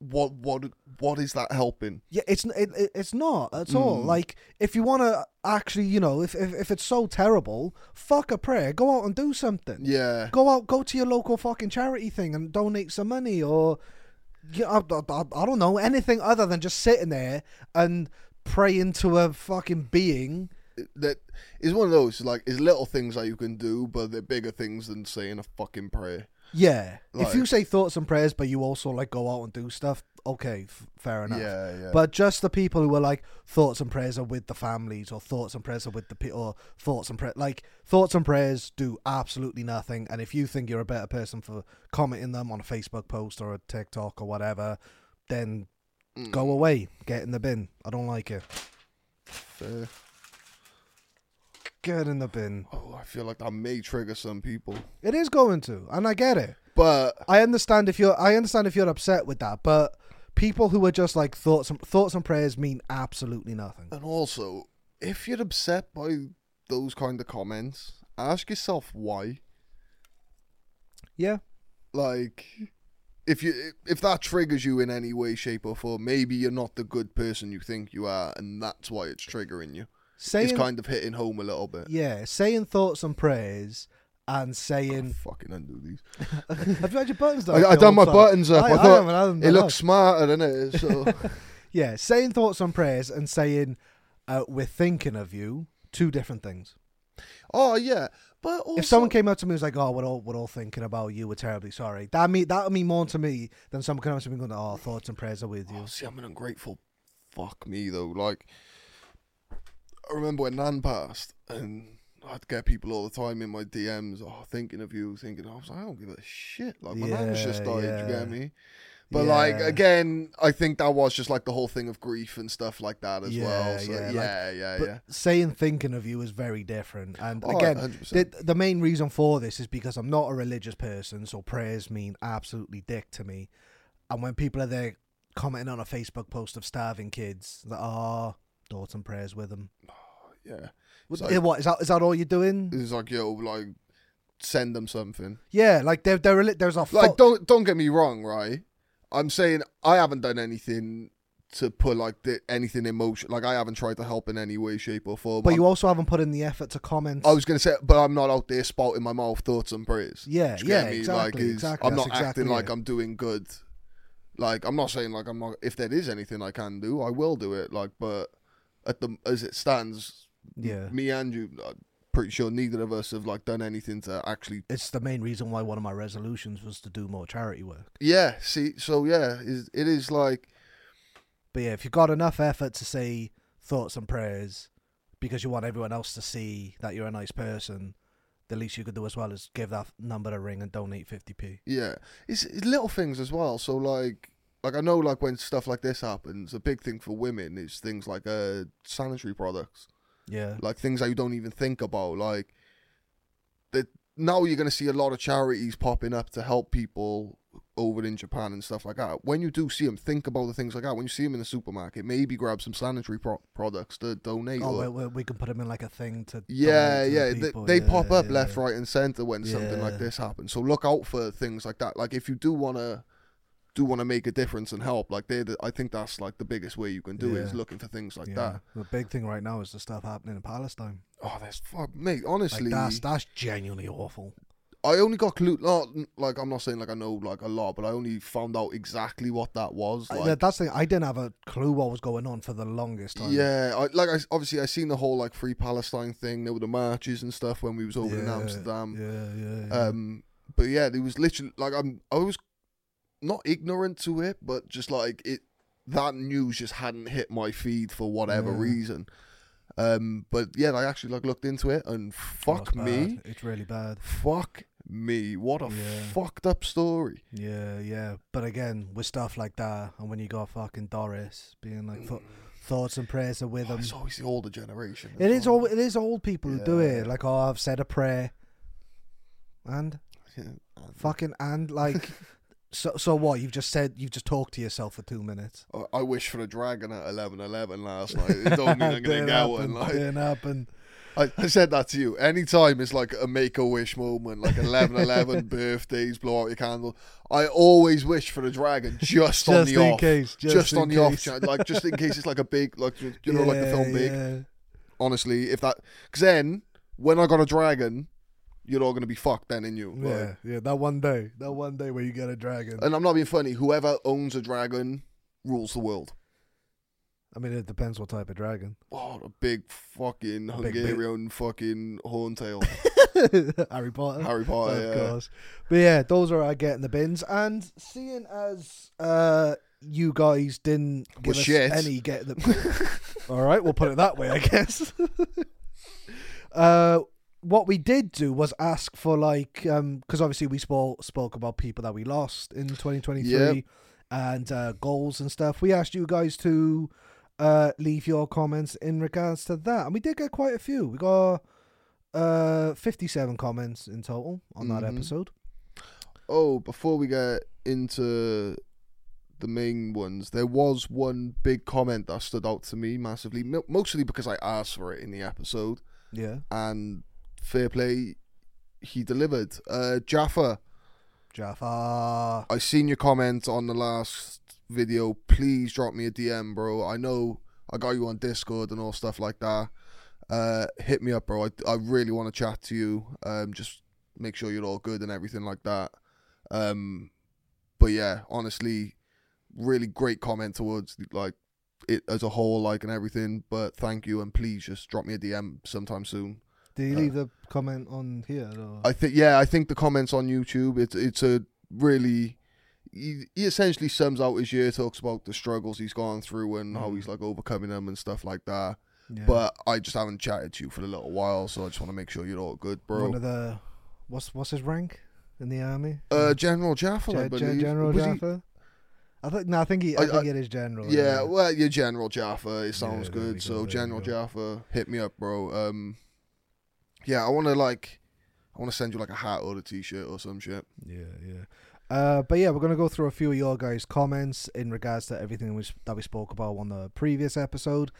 Speaker 2: what what what is that helping?
Speaker 1: Yeah, it's n- it, it, it's not at all.
Speaker 2: Mm.
Speaker 1: Like, if you want to actually, you know, if, if if it's so terrible, fuck a prayer. Go out and do something.
Speaker 2: Yeah.
Speaker 1: Go out, go to your local fucking charity thing and donate some money, or yeah, I, I, I- I don't know anything other than just sitting there and praying to a fucking being.
Speaker 2: that is one of those like is little things that you can do, but they're bigger things than saying a fucking prayer.
Speaker 1: Yeah. if
Speaker 2: Like-
Speaker 1: you say thoughts and prayers, but you also like go out and do stuff, okay, f- fair enough.
Speaker 2: Yeah, yeah.
Speaker 1: But just the people who are like thoughts and prayers are with the families, or thoughts and prayers are with the people, or thoughts and prayers like thoughts and prayers do absolutely nothing. And if you think you're a better person for commenting them on a Facebook post or a TikTok or whatever, then
Speaker 2: Mm.
Speaker 1: go away, get in the bin. I don't like it.
Speaker 2: Fair.
Speaker 1: Get in the bin.
Speaker 2: Oh, I feel like that may trigger some people,
Speaker 1: It is going to, and I get it.
Speaker 2: but
Speaker 1: I understand if you're I understand if you're upset with that, but people who are just like thoughts and thoughts and prayers mean absolutely nothing.
Speaker 2: and also if you're upset by those kind of comments, ask yourself why.
Speaker 1: Yeah.
Speaker 2: Like, if you if that triggers you in any way, shape, or form, maybe you're not the good person you think you are, and that's why it's triggering you.
Speaker 1: Saying
Speaker 2: it's kind of hitting home a little bit.
Speaker 1: Yeah, saying thoughts and prayers and saying
Speaker 2: Fucking undo these.
Speaker 1: Have you had your buttons done?
Speaker 2: I, I
Speaker 1: the
Speaker 2: done my
Speaker 1: whole time?
Speaker 2: buttons up. I,
Speaker 1: I
Speaker 2: thought
Speaker 1: haven't, I haven't
Speaker 2: it
Speaker 1: done
Speaker 2: looks
Speaker 1: up.
Speaker 2: smarter than it is. So
Speaker 1: Yeah, saying thoughts and prayers and saying uh, we're thinking of you, two different things.
Speaker 2: oh yeah, but also,
Speaker 1: If someone came up to me and was like, "Oh, we're all we're all thinking about you. We're terribly sorry." That mean that would mean more to me than someone coming up to me and going, "Oh, thoughts and prayers are with you."
Speaker 2: oh, see, I'm an ungrateful. Fuck me though. Like I remember when Nan passed, and I'd get people all the time in my DMs, oh, thinking of you, thinking. I was like, I don't give a shit. Like my Nan's just
Speaker 1: Yeah,
Speaker 2: died. You
Speaker 1: yeah.
Speaker 2: get me? But like
Speaker 1: Yeah.
Speaker 2: again, I think that was just like the whole thing of grief and stuff like that as
Speaker 1: Yeah,
Speaker 2: well. So,
Speaker 1: yeah,
Speaker 2: yeah,
Speaker 1: like-
Speaker 2: yeah, yeah,
Speaker 1: But saying thinking of you is very different. And
Speaker 2: Oh,
Speaker 1: again,
Speaker 2: 100%.
Speaker 1: the, the main reason for this is because I'm not a religious person, so prayers mean absolutely dick to me. And when people are there commenting on a Facebook post of starving kids, that are thoughts and prayers with them.
Speaker 2: yeah.
Speaker 1: What-
Speaker 2: So-
Speaker 1: eh, what is that? Is that all you're doing?
Speaker 2: It's like yo, like send them something.
Speaker 1: Yeah, like there, there, are li- there's a
Speaker 2: like
Speaker 1: fuck-
Speaker 2: don't don't get me wrong right i'm saying i haven't done anything to put like the, anything emotion like i haven't tried to help in any way shape or form
Speaker 1: but
Speaker 2: I'm-
Speaker 1: you also haven't put in the effort to comment.
Speaker 2: i was gonna say but i'm not out there spouting my mouth thoughts and prayers
Speaker 1: yeah,
Speaker 2: Do you
Speaker 1: yeah,
Speaker 2: get me?
Speaker 1: exactly,
Speaker 2: like, it's-
Speaker 1: exactly.
Speaker 2: i'm
Speaker 1: that's
Speaker 2: not
Speaker 1: exactly
Speaker 2: acting like
Speaker 1: it.
Speaker 2: i'm doing good like i'm not saying like i'm not if there is anything i can do i will do it like but at the as it stands
Speaker 1: yeah.
Speaker 2: me and you I'm pretty sure neither of us have like done anything to actually
Speaker 1: It's the main reason why one of my resolutions was to do more charity work.
Speaker 2: yeah see so yeah is it is like
Speaker 1: But yeah, if you've got enough effort to say thoughts and prayers, because you want everyone else to see that you're a nice person, the least you could do as well is give that number a ring and donate 50p.
Speaker 2: Yeah, it's, it's little things as well. So like, like I know like when stuff like this happens, a big thing for women is things like uh sanitary products,
Speaker 1: Yeah.
Speaker 2: like things that you don't even think about. Like, that now you're gonna see a lot of charities popping up to help people over in Japan and stuff like that. When you do see them, think about the things like that. When you see them in the supermarket, maybe grab some sanitary pro- products to donate.
Speaker 1: Oh,
Speaker 2: or-
Speaker 1: we, we, we can put them in like a thing to.
Speaker 2: uh, yeah,
Speaker 1: donate to
Speaker 2: yeah,
Speaker 1: the
Speaker 2: they,
Speaker 1: people.
Speaker 2: they
Speaker 1: Yeah,
Speaker 2: pop up
Speaker 1: yeah.
Speaker 2: left, right, and center when something
Speaker 1: Yeah.
Speaker 2: like this happens. So look out for things like that. Like if you do wanna do wanna make a difference and help, like they, the, I think that's like the biggest way you can do it is
Speaker 1: Yeah.
Speaker 2: looking for things like
Speaker 1: yeah.
Speaker 2: that.
Speaker 1: The big thing right now is the stuff happening in Palestine.
Speaker 2: Oh, that's fuck, mate.
Speaker 1: Like
Speaker 2: Honestly,
Speaker 1: that's that's genuinely awful.
Speaker 2: I only got clue. Not like I'm not saying like I know like a lot, but I only found out exactly what that was.
Speaker 1: I-
Speaker 2: Like,
Speaker 1: yeah, that's the thing. I didn't have a clue what was going on for the longest time.
Speaker 2: Yeah, I, like I obviously I seen the whole like free Palestine thing. There were the marches and stuff when we was over in
Speaker 1: Yeah,
Speaker 2: Amsterdam.
Speaker 1: Yeah, yeah. yeah.
Speaker 2: Um, but yeah, it was literally like I'm. I was not ignorant to it, but just like it, that news just hadn't hit my feed for whatever
Speaker 1: Yeah.
Speaker 2: reason. Um, but yeah, I actually like looked into it, and
Speaker 1: Oh,
Speaker 2: fuck
Speaker 1: it's
Speaker 2: me,
Speaker 1: bad. It's really bad.
Speaker 2: fuck me, what a
Speaker 1: Yeah.
Speaker 2: fucked up story.
Speaker 1: Yeah, yeah. But again, with stuff like that, and when you got fucking Doris being like, th- thoughts and prayers are with
Speaker 2: Oh,
Speaker 1: them.
Speaker 2: it's always the older generation.
Speaker 1: um, It is
Speaker 2: well.
Speaker 1: old. It is old people who do
Speaker 2: Yeah.
Speaker 1: it. Like, oh, I've said a prayer, and
Speaker 2: Yeah.
Speaker 1: fucking and like, so so what? You've just said you've just talked to yourself for two minutes.
Speaker 2: I- I wish for a dragon at eleven eleven last night. It don't mean I'm gonna
Speaker 1: Didn't
Speaker 2: get one.
Speaker 1: happen,
Speaker 2: Like,
Speaker 1: didn't happen.
Speaker 2: I, I said that to you. Anytime it's like a make a wish moment, like 11 11 birthdays, blow out your candle. I always wish for a dragon just, on
Speaker 1: Just
Speaker 2: the
Speaker 1: in
Speaker 2: off.
Speaker 1: case,
Speaker 2: Just,
Speaker 1: just in
Speaker 2: on the off
Speaker 1: case.
Speaker 2: chance. Like, just in case it's like a big, like, you know, like the
Speaker 1: Yeah,
Speaker 2: film Big.
Speaker 1: yeah.
Speaker 2: Honestly, if that. Because then, when I got a dragon, you're all going to be fucked then, in you. Like,
Speaker 1: Yeah, yeah, that one day, that one day where you get a dragon.
Speaker 2: And I'm not being funny. Whoever owns a dragon rules the world.
Speaker 1: I mean, it depends what type of dragon.
Speaker 2: Oh, a big fucking
Speaker 1: big- big-
Speaker 2: Hungarian fucking horntail.
Speaker 1: Harry Potter.
Speaker 2: Harry Potter.
Speaker 1: of
Speaker 2: Oh, yeah.
Speaker 1: course. But yeah, those are our get in the bins. And seeing as uh, you guys didn't give
Speaker 2: Well,
Speaker 1: us
Speaker 2: shit.
Speaker 1: any get in the all right, we'll put it that way, I guess. uh, what we did do was ask for like because obviously we spoke spoke about people that we lost in 2023
Speaker 2: Yep.
Speaker 1: and uh, goals and stuff. We asked you guys to uh, leave your comments in regards to that, and we did get quite a few. We got uh 57 comments in total on that
Speaker 2: Mhm.
Speaker 1: episode
Speaker 2: Oh, before we get into the main ones, there was one big comment that stood out to me massively, mo- mostly because I asked for it in the episode.
Speaker 1: yeah
Speaker 2: And fair play, he delivered. Uh, Jaffa,
Speaker 1: jaffa
Speaker 2: I seen your comment on the last video. Please drop me a DM, bro. I know I got you on Discord and all stuff like that. Uh, hit me up, bro. I, I really want to chat to you. Um, just make sure you're all good and everything like that. Um, but yeah, honestly, really great comment towards like it as a whole, like and everything. But thank you, and please just drop me a DM sometime soon.
Speaker 1: did you
Speaker 2: Uh,
Speaker 1: leave the comment on here or?
Speaker 2: I think yeah, I think the comments on YouTube. It's it's a really he, he essentially sums out his year, talks about the struggles he's gone through and how
Speaker 1: Mhm.
Speaker 2: he's like overcoming them and stuff like that.
Speaker 1: Yeah.
Speaker 2: But I just haven't chatted to you for a little while, so I just want to make sure you're all good, bro.
Speaker 1: one of the what's what's his rank in the army
Speaker 2: uh, General Jaffa,
Speaker 1: Gen-
Speaker 2: I
Speaker 1: Gen-
Speaker 2: believe.
Speaker 1: general
Speaker 2: Was he-
Speaker 1: jaffa i think no i think he i,
Speaker 2: I-
Speaker 1: think
Speaker 2: I-
Speaker 1: it is general
Speaker 2: yeah, well, you're General Jaffa. It sounds
Speaker 1: Yeah, there we
Speaker 2: good.
Speaker 1: go,
Speaker 2: So
Speaker 1: there we
Speaker 2: General
Speaker 1: go.
Speaker 2: Jaffa, hit me up, bro. Um, yeah, I want to like, I want to send you like a hat or a t-shirt or some shit.
Speaker 1: yeah yeah uh, but yeah, we're gonna go through a few of your guys' comments in regards to everything we, s- that we spoke about on the previous episode,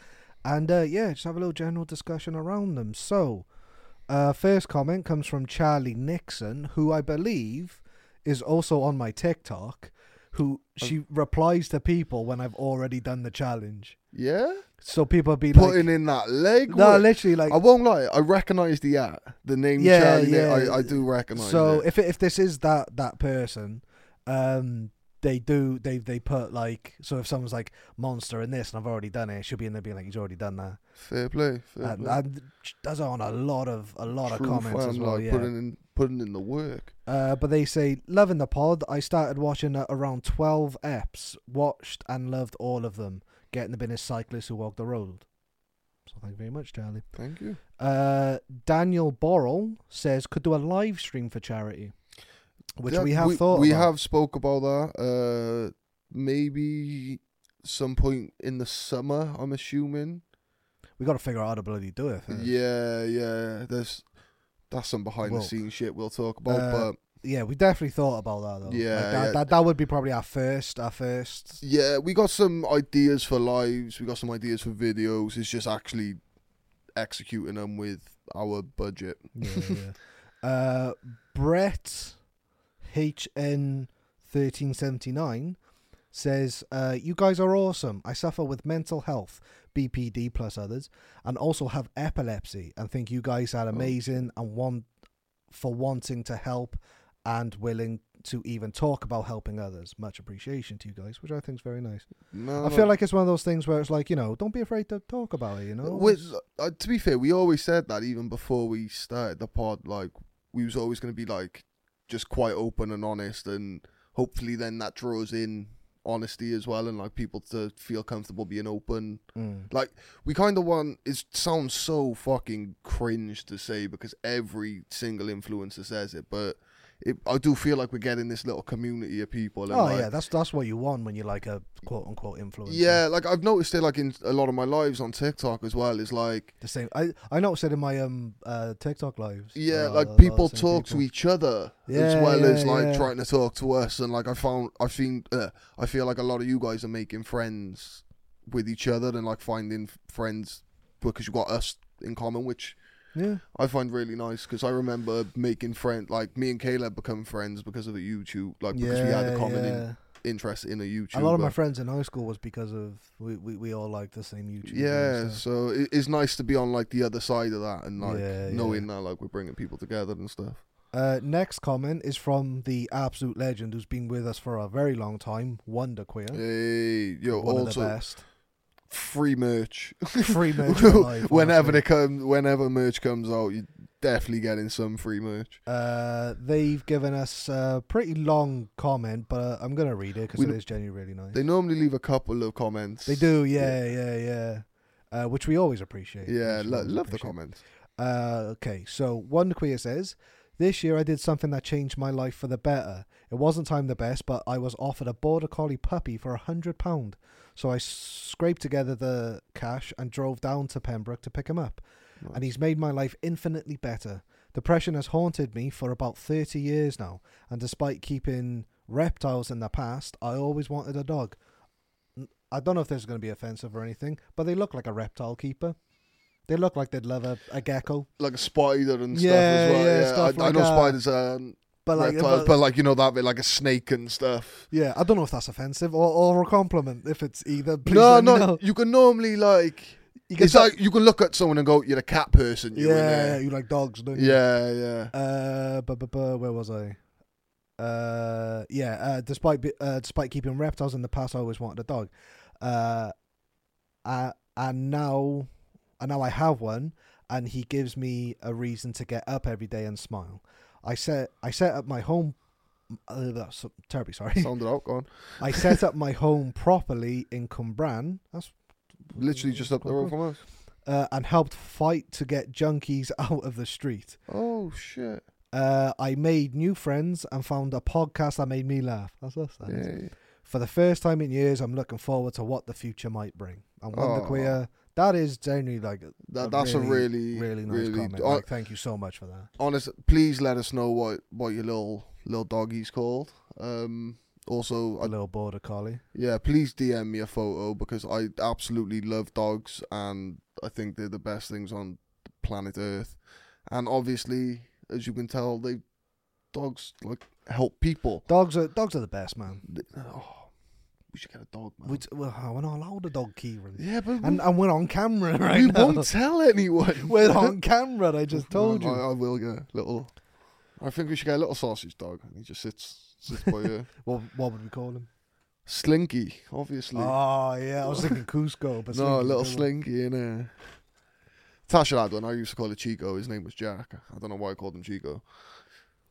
Speaker 1: and uh, yeah, just have a little general discussion around them. So, uh, first comment comes from Charlie Nixon, who I believe is also on my TikTok. Who
Speaker 2: Oh.
Speaker 1: she replies to people when I've already done the challenge,
Speaker 2: Yeah,
Speaker 1: so people be like,
Speaker 2: putting in that leg.
Speaker 1: "No,
Speaker 2: work.
Speaker 1: literally, like
Speaker 2: I won't lie, I recognise the at the name
Speaker 1: Yeah,
Speaker 2: Charlie. Nick,
Speaker 1: yeah.
Speaker 2: I, I do recognise.
Speaker 1: So
Speaker 2: it.
Speaker 1: if if this is that that person, um, they do they they put like so if someone's like monster in this and I've already done it, she'll be in there being like he's already done that.
Speaker 2: fair play, fair
Speaker 1: And,
Speaker 2: play.
Speaker 1: and that's on a lot of a lot
Speaker 2: True
Speaker 1: of comments
Speaker 2: fan,
Speaker 1: as well.
Speaker 2: like,
Speaker 1: yeah.
Speaker 2: putting in putting in the work.
Speaker 1: Uh, but they say loving the pod. I started watching at around twelve eps, watched and loved all of them. Getting the bin is cyclists who walk the road. So Well, thank you very much, Charlie.
Speaker 2: Thank you.
Speaker 1: Uh, Daniel Borrell says could do a live stream for charity, which
Speaker 2: Yeah,
Speaker 1: we have thought.
Speaker 2: We
Speaker 1: about.
Speaker 2: have spoke about that. Uh, maybe some point in the summer. I'm assuming.
Speaker 1: We got to figure out how to bloody do it. first.
Speaker 2: Yeah, yeah. There's that's some behind
Speaker 1: Well,
Speaker 2: the scenes shit we'll talk about.
Speaker 1: uh,
Speaker 2: but
Speaker 1: Yeah, we definitely thought about that though. Like,
Speaker 2: Yeah,
Speaker 1: that,
Speaker 2: yeah.
Speaker 1: That, that would be probably our first, our first.
Speaker 2: yeah, we got some ideas for lives. We got some ideas for videos. It's just actually executing them with our budget.
Speaker 1: Yeah, yeah. uh, Brett HN thirteen seventy nine says, uh, "You guys are awesome. I suffer with mental health." BPD plus others, and also have epilepsy, and think you guys are amazing and want for wanting to help and willing to even talk about helping others. Much appreciation to you guys, which I think is very nice.
Speaker 2: No,
Speaker 1: I
Speaker 2: no,
Speaker 1: feel like it's one of those things where it's like, you know, don't be afraid to talk about it, you know?
Speaker 2: Which, uh, to be fair, we always said that even before we started the pod, like we was always going to be like just quite open and honest, and hopefully then that draws in honesty as well, and like people to feel comfortable being open.
Speaker 1: Mm.
Speaker 2: Like we kind of want. It sounds so fucking cringe to say because every single influencer says it, but it, I do feel like we're getting this little community of people. And
Speaker 1: Oh,
Speaker 2: like,
Speaker 1: yeah, that's that's what you want when you're like a quote unquote influencer.
Speaker 2: Yeah, like I've noticed it like in a lot of my lives on TikTok as well. Is like
Speaker 1: The same. I, I noticed it in my um uh, TikTok lives.
Speaker 2: Yeah,
Speaker 1: Uh, a lot
Speaker 2: like
Speaker 1: of
Speaker 2: people
Speaker 1: the same
Speaker 2: talk
Speaker 1: people.
Speaker 2: to each other as
Speaker 1: Yeah,
Speaker 2: well
Speaker 1: yeah,
Speaker 2: as like
Speaker 1: yeah.
Speaker 2: trying to talk to us, and like I found, I've seen, uh, I feel like a lot of you guys are making friends with each other and like finding f- friends because you've got us in common, which
Speaker 1: Yeah.
Speaker 2: I find really nice because I remember making friends, like me and Caleb become friends because of a YouTube, like because we had a
Speaker 1: Yeah,
Speaker 2: common
Speaker 1: yeah.
Speaker 2: in- interest in a YouTube.
Speaker 1: A lot of my friends in high school was because of we, we, we all liked the same YouTube.
Speaker 2: yeah, so it, it's nice to be on like the other side of that and like
Speaker 1: Yeah, yeah.
Speaker 2: knowing that like we're bringing people together and stuff.
Speaker 1: Uh, next comment is from the absolute legend who's been with us for a very long time, Wonder Queer.
Speaker 2: Hey, yo,
Speaker 1: one of the
Speaker 2: also
Speaker 1: best.
Speaker 2: free merch.
Speaker 1: Free merch. alive,
Speaker 2: whenever
Speaker 1: honestly.
Speaker 2: they come, whenever merch comes out, you definitely getting some free merch.
Speaker 1: Uh, they've given us a pretty long comment, but uh, I'm gonna read it because
Speaker 2: We
Speaker 1: it
Speaker 2: d-
Speaker 1: is genuinely really nice.
Speaker 2: They normally leave a couple of comments.
Speaker 1: They do, yeah, yeah, yeah. Uh, which we always appreciate.
Speaker 2: Yeah,
Speaker 1: which we
Speaker 2: lo-
Speaker 1: always
Speaker 2: love the
Speaker 1: appreciate.
Speaker 2: comments.
Speaker 1: Uh, okay, so one queer says, "This year I did something that changed my life for the better. It wasn't time the best, but I was offered a border collie puppy for a hundred pound, so I scraped together the cash and drove down to Pembroke to pick him up. And he's made my life infinitely better. Depression has haunted me for about thirty years now, and despite keeping reptiles in the past, I always wanted a dog." N- I don't know if this is going to be offensive or anything, but they look like a reptile keeper. They look like they'd love a, a gecko.
Speaker 2: Like a spider and
Speaker 1: Yeah,
Speaker 2: stuff as well.
Speaker 1: yeah,
Speaker 2: Yeah,
Speaker 1: stuff
Speaker 2: I, I
Speaker 1: like
Speaker 2: know
Speaker 1: that.
Speaker 2: spiders and
Speaker 1: But like,
Speaker 2: reptiles,
Speaker 1: but-
Speaker 2: but, like you know that bit, like a snake and stuff.
Speaker 1: yeah, I don't know if that's offensive or, or a compliment. If it's either, please
Speaker 2: no,
Speaker 1: let me
Speaker 2: no,
Speaker 1: know.
Speaker 2: you can normally like.
Speaker 1: You can
Speaker 2: It's
Speaker 1: tell-
Speaker 2: like you can look at someone and go, "You're a cat person." You
Speaker 1: yeah,
Speaker 2: yeah,
Speaker 1: you like dogs, don't you?
Speaker 2: yeah, yeah.
Speaker 1: Uh, but, but, but where was I? Uh, yeah. Uh, despite be- uh, despite keeping reptiles in the past, I always wanted a dog. Uh, uh, and now, and now I have one, and he gives me a reason to get up every day and smile. I set I set up my home. Uh, that's terribly sorry.
Speaker 2: Sounded out, gone.
Speaker 1: I set up my home properly in Cumbran. That's
Speaker 2: Literally just up the road from us.
Speaker 1: uh, and helped fight to get junkies out of the street.
Speaker 2: Oh shit!
Speaker 1: Uh, I made new friends and found a podcast that made me laugh. That's us. that is.
Speaker 2: Yeah.
Speaker 1: For the first time in years, I'm looking forward to what the future might bring. And Wonder
Speaker 2: Oh.
Speaker 1: Queer, that is genuinely like a-
Speaker 2: That, that's a really,
Speaker 1: really nice comment.
Speaker 2: hon-
Speaker 1: Like, thank you so much for that.
Speaker 2: honest. Please let us know what what your little little doggy's called. Um. Also,
Speaker 1: A
Speaker 2: I,
Speaker 1: little border collie.
Speaker 2: yeah, please DM me a photo because I absolutely love dogs and I think they're the best things on planet Earth. And obviously, as you can tell, they dogs like help people.
Speaker 1: Dogs are dogs are the best, man.
Speaker 2: They- oh, we should get a dog, man.
Speaker 1: We t- well, we're not allowed a dog, Kieran,
Speaker 2: yeah, but
Speaker 1: and and we're on camera
Speaker 2: we,
Speaker 1: right
Speaker 2: we
Speaker 1: now.
Speaker 2: won't tell anyone.
Speaker 1: We're on camera. I just
Speaker 2: No,
Speaker 1: told
Speaker 2: I,
Speaker 1: you.
Speaker 2: I will get a little. I think we should get a little sausage dog. And he just sits sits by you.
Speaker 1: What what would we call him?
Speaker 2: Slinky, obviously.
Speaker 1: Oh yeah, I was thinking Cusco, but
Speaker 2: no, a
Speaker 1: Slinky's
Speaker 2: little
Speaker 1: good one.
Speaker 2: slinky in there. Tasha had one. I used to call it Chico. His name was Jack. I don't know why I called him Chico.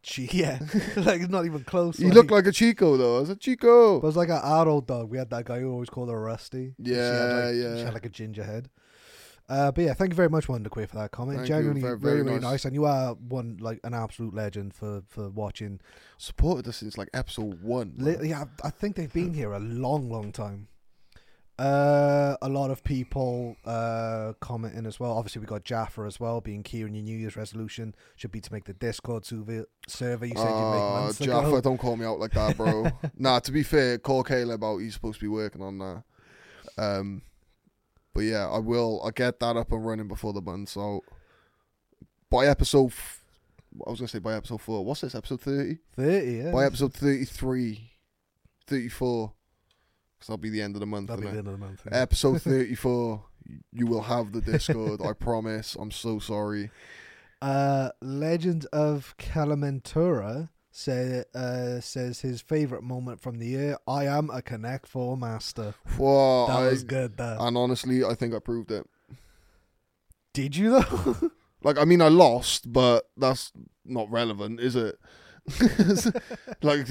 Speaker 1: Gee, yeah, like it's not even close.
Speaker 2: He looked like a Chico though. I was a Chico.
Speaker 1: But it was like an adult dog. We had that guy who always called her Rusty. 'cause she had,
Speaker 2: Yeah,
Speaker 1: like,
Speaker 2: yeah.
Speaker 1: She had like a ginger head. Uh, but yeah, thank you very much, Wonder Queer, for that comment.
Speaker 2: Thank you,
Speaker 1: Genuinely,
Speaker 2: very-
Speaker 1: really,
Speaker 2: very
Speaker 1: really
Speaker 2: nice.
Speaker 1: nice. And you are one like an absolute legend for for watching.
Speaker 2: Supported us since like episode one.
Speaker 1: Li- yeah, I I think they've been here a long, long time. Uh, a lot of people uh commenting as well. Obviously, we got Jaffa as well being key in your New Year's resolution should be to make the Discord survey. Survey you said you'd make
Speaker 2: Uh,
Speaker 1: months
Speaker 2: Jaffa,
Speaker 1: ago.
Speaker 2: don't call me out like that, bro. nah, to be fair, call Caleb out. He's supposed to be working on that. Um, but yeah, I will. I get that up and running before the month's out. By episode, f- I was gonna say by episode four. What's this? Episode thirty.
Speaker 1: Thirty. Yeah.
Speaker 2: By episode 33, 34, because that'll be the end of the month.
Speaker 1: That'd be the
Speaker 2: innit?
Speaker 1: end of the month. yeah.
Speaker 2: Episode thirty-four. You will have the Discord, I promise. I'm so sorry.
Speaker 1: Uh, Legend of Calamantura say, uh, says his favorite moment from the year. I am a Connect Four master.
Speaker 2: Whoa,
Speaker 1: That
Speaker 2: I-
Speaker 1: was good. Though.
Speaker 2: and honestly, I think I proved it.
Speaker 1: Did you though?
Speaker 2: Like, I mean, I lost, but that's not relevant, is it? like,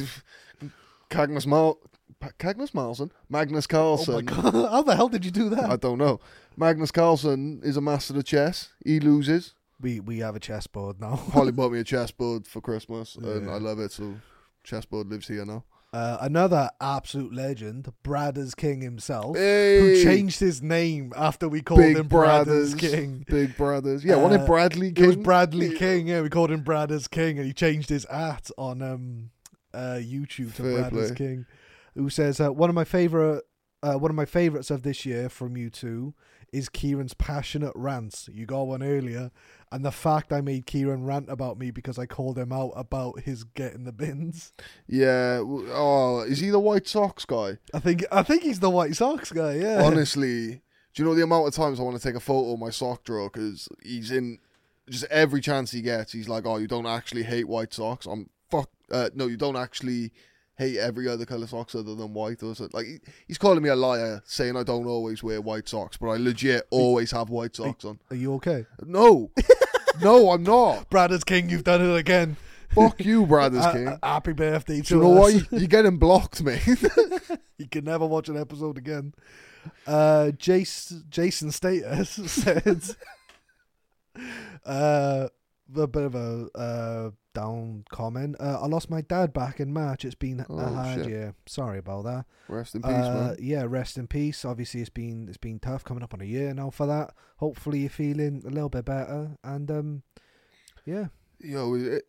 Speaker 2: Cagnus Mal, Pa- Cagnus Marlson, Magnus
Speaker 1: oh my
Speaker 2: Carlsen.
Speaker 1: god! How the hell did you do
Speaker 2: I
Speaker 1: that?
Speaker 2: don't know. Magnus Carlsen is a master of chess. He loses.
Speaker 1: We we have a chessboard now.
Speaker 2: Holly bought me a chessboard for Christmas, and
Speaker 1: Yeah.
Speaker 2: I love it. So, chessboard lives here now.
Speaker 1: Uh, another absolute legend, Bradders King himself,
Speaker 2: Hey,
Speaker 1: who changed his name after we called
Speaker 2: Big
Speaker 1: him Bradders
Speaker 2: Bradders.
Speaker 1: King.
Speaker 2: Big Brothers. Yeah, one in
Speaker 1: Uh,
Speaker 2: Bradley King.
Speaker 1: It was Bradley King. Yeah, we called him Bradders King, and he changed his at on um, uh, YouTube to
Speaker 2: Fair
Speaker 1: Bradders
Speaker 2: play.
Speaker 1: King, who says uh, one of my favorite uh, one of my favorites of this year from you two is Kieran's passionate rants. You got one earlier, and the fact I made Kieran rant about me because I called him out about his get in the bins.
Speaker 2: Yeah. w- Oh, is he the White Sox guy?
Speaker 1: I think I think he's the White Sox guy. Yeah,
Speaker 2: Honestly, do you know the amount of times I want to take a photo of my sock drawer because he's in just every chance he gets. He's like, "Oh, you don't actually hate white socks." I'm fuck. Uh, no, you don't actually hate every other color socks other than white. Or something. like he- he's calling me a liar, saying I don't always wear white socks, but I legit always have white socks on.
Speaker 1: Are you okay,
Speaker 2: No, no, I'm not.
Speaker 1: Bradders King? You've done it again.
Speaker 2: Fuck you, Brothers
Speaker 1: Uh,
Speaker 2: King.
Speaker 1: uh, happy birthday to
Speaker 2: Do you know
Speaker 1: us.
Speaker 2: why you're getting blocked, mate?
Speaker 1: You can never watch an episode again. Uh, Jason, Jason Status says, uh, a bit of a uh, down comment. Uh, I lost my dad back in March. It's been a
Speaker 2: Oh,
Speaker 1: hard
Speaker 2: shit.
Speaker 1: year. Sorry about that.
Speaker 2: Rest in peace,
Speaker 1: uh,
Speaker 2: man.
Speaker 1: Yeah, rest in peace. Obviously, it's been it's been tough coming up on a year now for that. Hopefully, you're feeling a little bit better. And um, yeah,
Speaker 2: yo, it,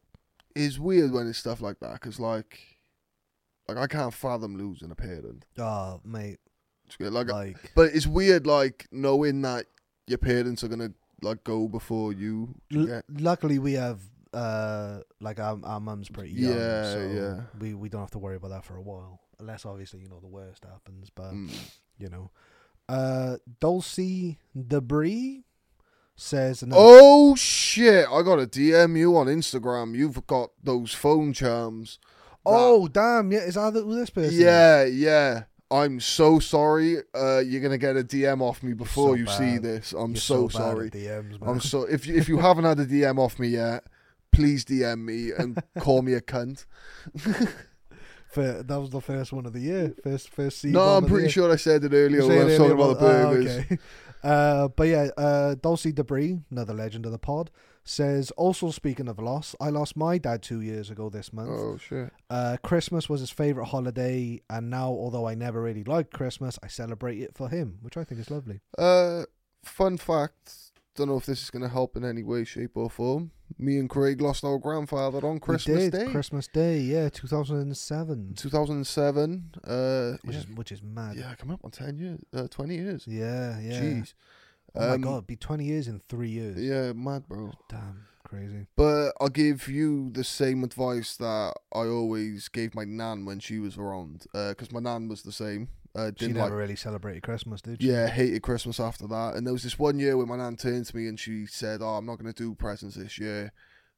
Speaker 2: it's weird when it's stuff like that because like, like I can't fathom losing a parent.
Speaker 1: oh mate,
Speaker 2: It's good, Like,
Speaker 1: like
Speaker 2: but it's weird like knowing that your parents are gonna like go before you. do you
Speaker 1: L-
Speaker 2: get-
Speaker 1: luckily we have uh like our, our mum's pretty young
Speaker 2: Yeah,
Speaker 1: so
Speaker 2: yeah.
Speaker 1: we we don't have to worry about that for a while unless obviously you know the worst happens but
Speaker 2: Mm.
Speaker 1: you know uh dulcie debris says no
Speaker 2: Oh shit! I got a DM you on Instagram. You've got those phone charms.
Speaker 1: Oh, damn yeah is that who this person is?
Speaker 2: Yeah, yeah. I'm so sorry. Uh, you're gonna get a DM off me before
Speaker 1: so
Speaker 2: you see
Speaker 1: bad.
Speaker 2: this. I'm
Speaker 1: You're bad
Speaker 2: so,
Speaker 1: at
Speaker 2: sorry.
Speaker 1: DMs, man.
Speaker 2: I'm so if you, if you haven't had a DM off me yet, please DM me and call me a cunt.
Speaker 1: Fir- that was the first one of the year first first season
Speaker 2: no,
Speaker 1: of
Speaker 2: I'm
Speaker 1: the
Speaker 2: pretty
Speaker 1: year.
Speaker 2: sure I said it earlier
Speaker 1: You
Speaker 2: when I
Speaker 1: said
Speaker 2: was talking
Speaker 1: earlier
Speaker 2: about the burgers.
Speaker 1: oh, okay. Uh, but yeah, uh, Dulcie Debris, another legend of the pod, says also speaking of loss, I lost my dad two years ago this month.
Speaker 2: Oh shit!
Speaker 1: Uh, Christmas was his favorite holiday, and now although I never really liked Christmas, I celebrate it for him, which I think is lovely.
Speaker 2: Uh, fun fact. Don't know if this is going to help in any way, shape, or form. Me and Craig lost our grandfather on
Speaker 1: We
Speaker 2: Christmas
Speaker 1: did,
Speaker 2: Day,
Speaker 1: Christmas Day, yeah, two thousand and seven,
Speaker 2: 2007. Uh,
Speaker 1: which
Speaker 2: yeah,
Speaker 1: is which is mad. Yeah,
Speaker 2: yeah, coming up on 10 years, uh, 20 years.
Speaker 1: yeah.
Speaker 2: Jeez.
Speaker 1: Oh
Speaker 2: Um,
Speaker 1: my god, be twenty years in three years.
Speaker 2: Yeah, mad, bro.
Speaker 1: Damn, crazy.
Speaker 2: But I'll give you the same advice that I always gave my nan when she was around, because my nan was the same. Uh,
Speaker 1: She
Speaker 2: didn't like,
Speaker 1: never really celebrated Christmas, did she?
Speaker 2: yeah, hated Christmas after that. And there was this one year where my nan turned to me and she said, "Oh, I'm not going to do presents this year.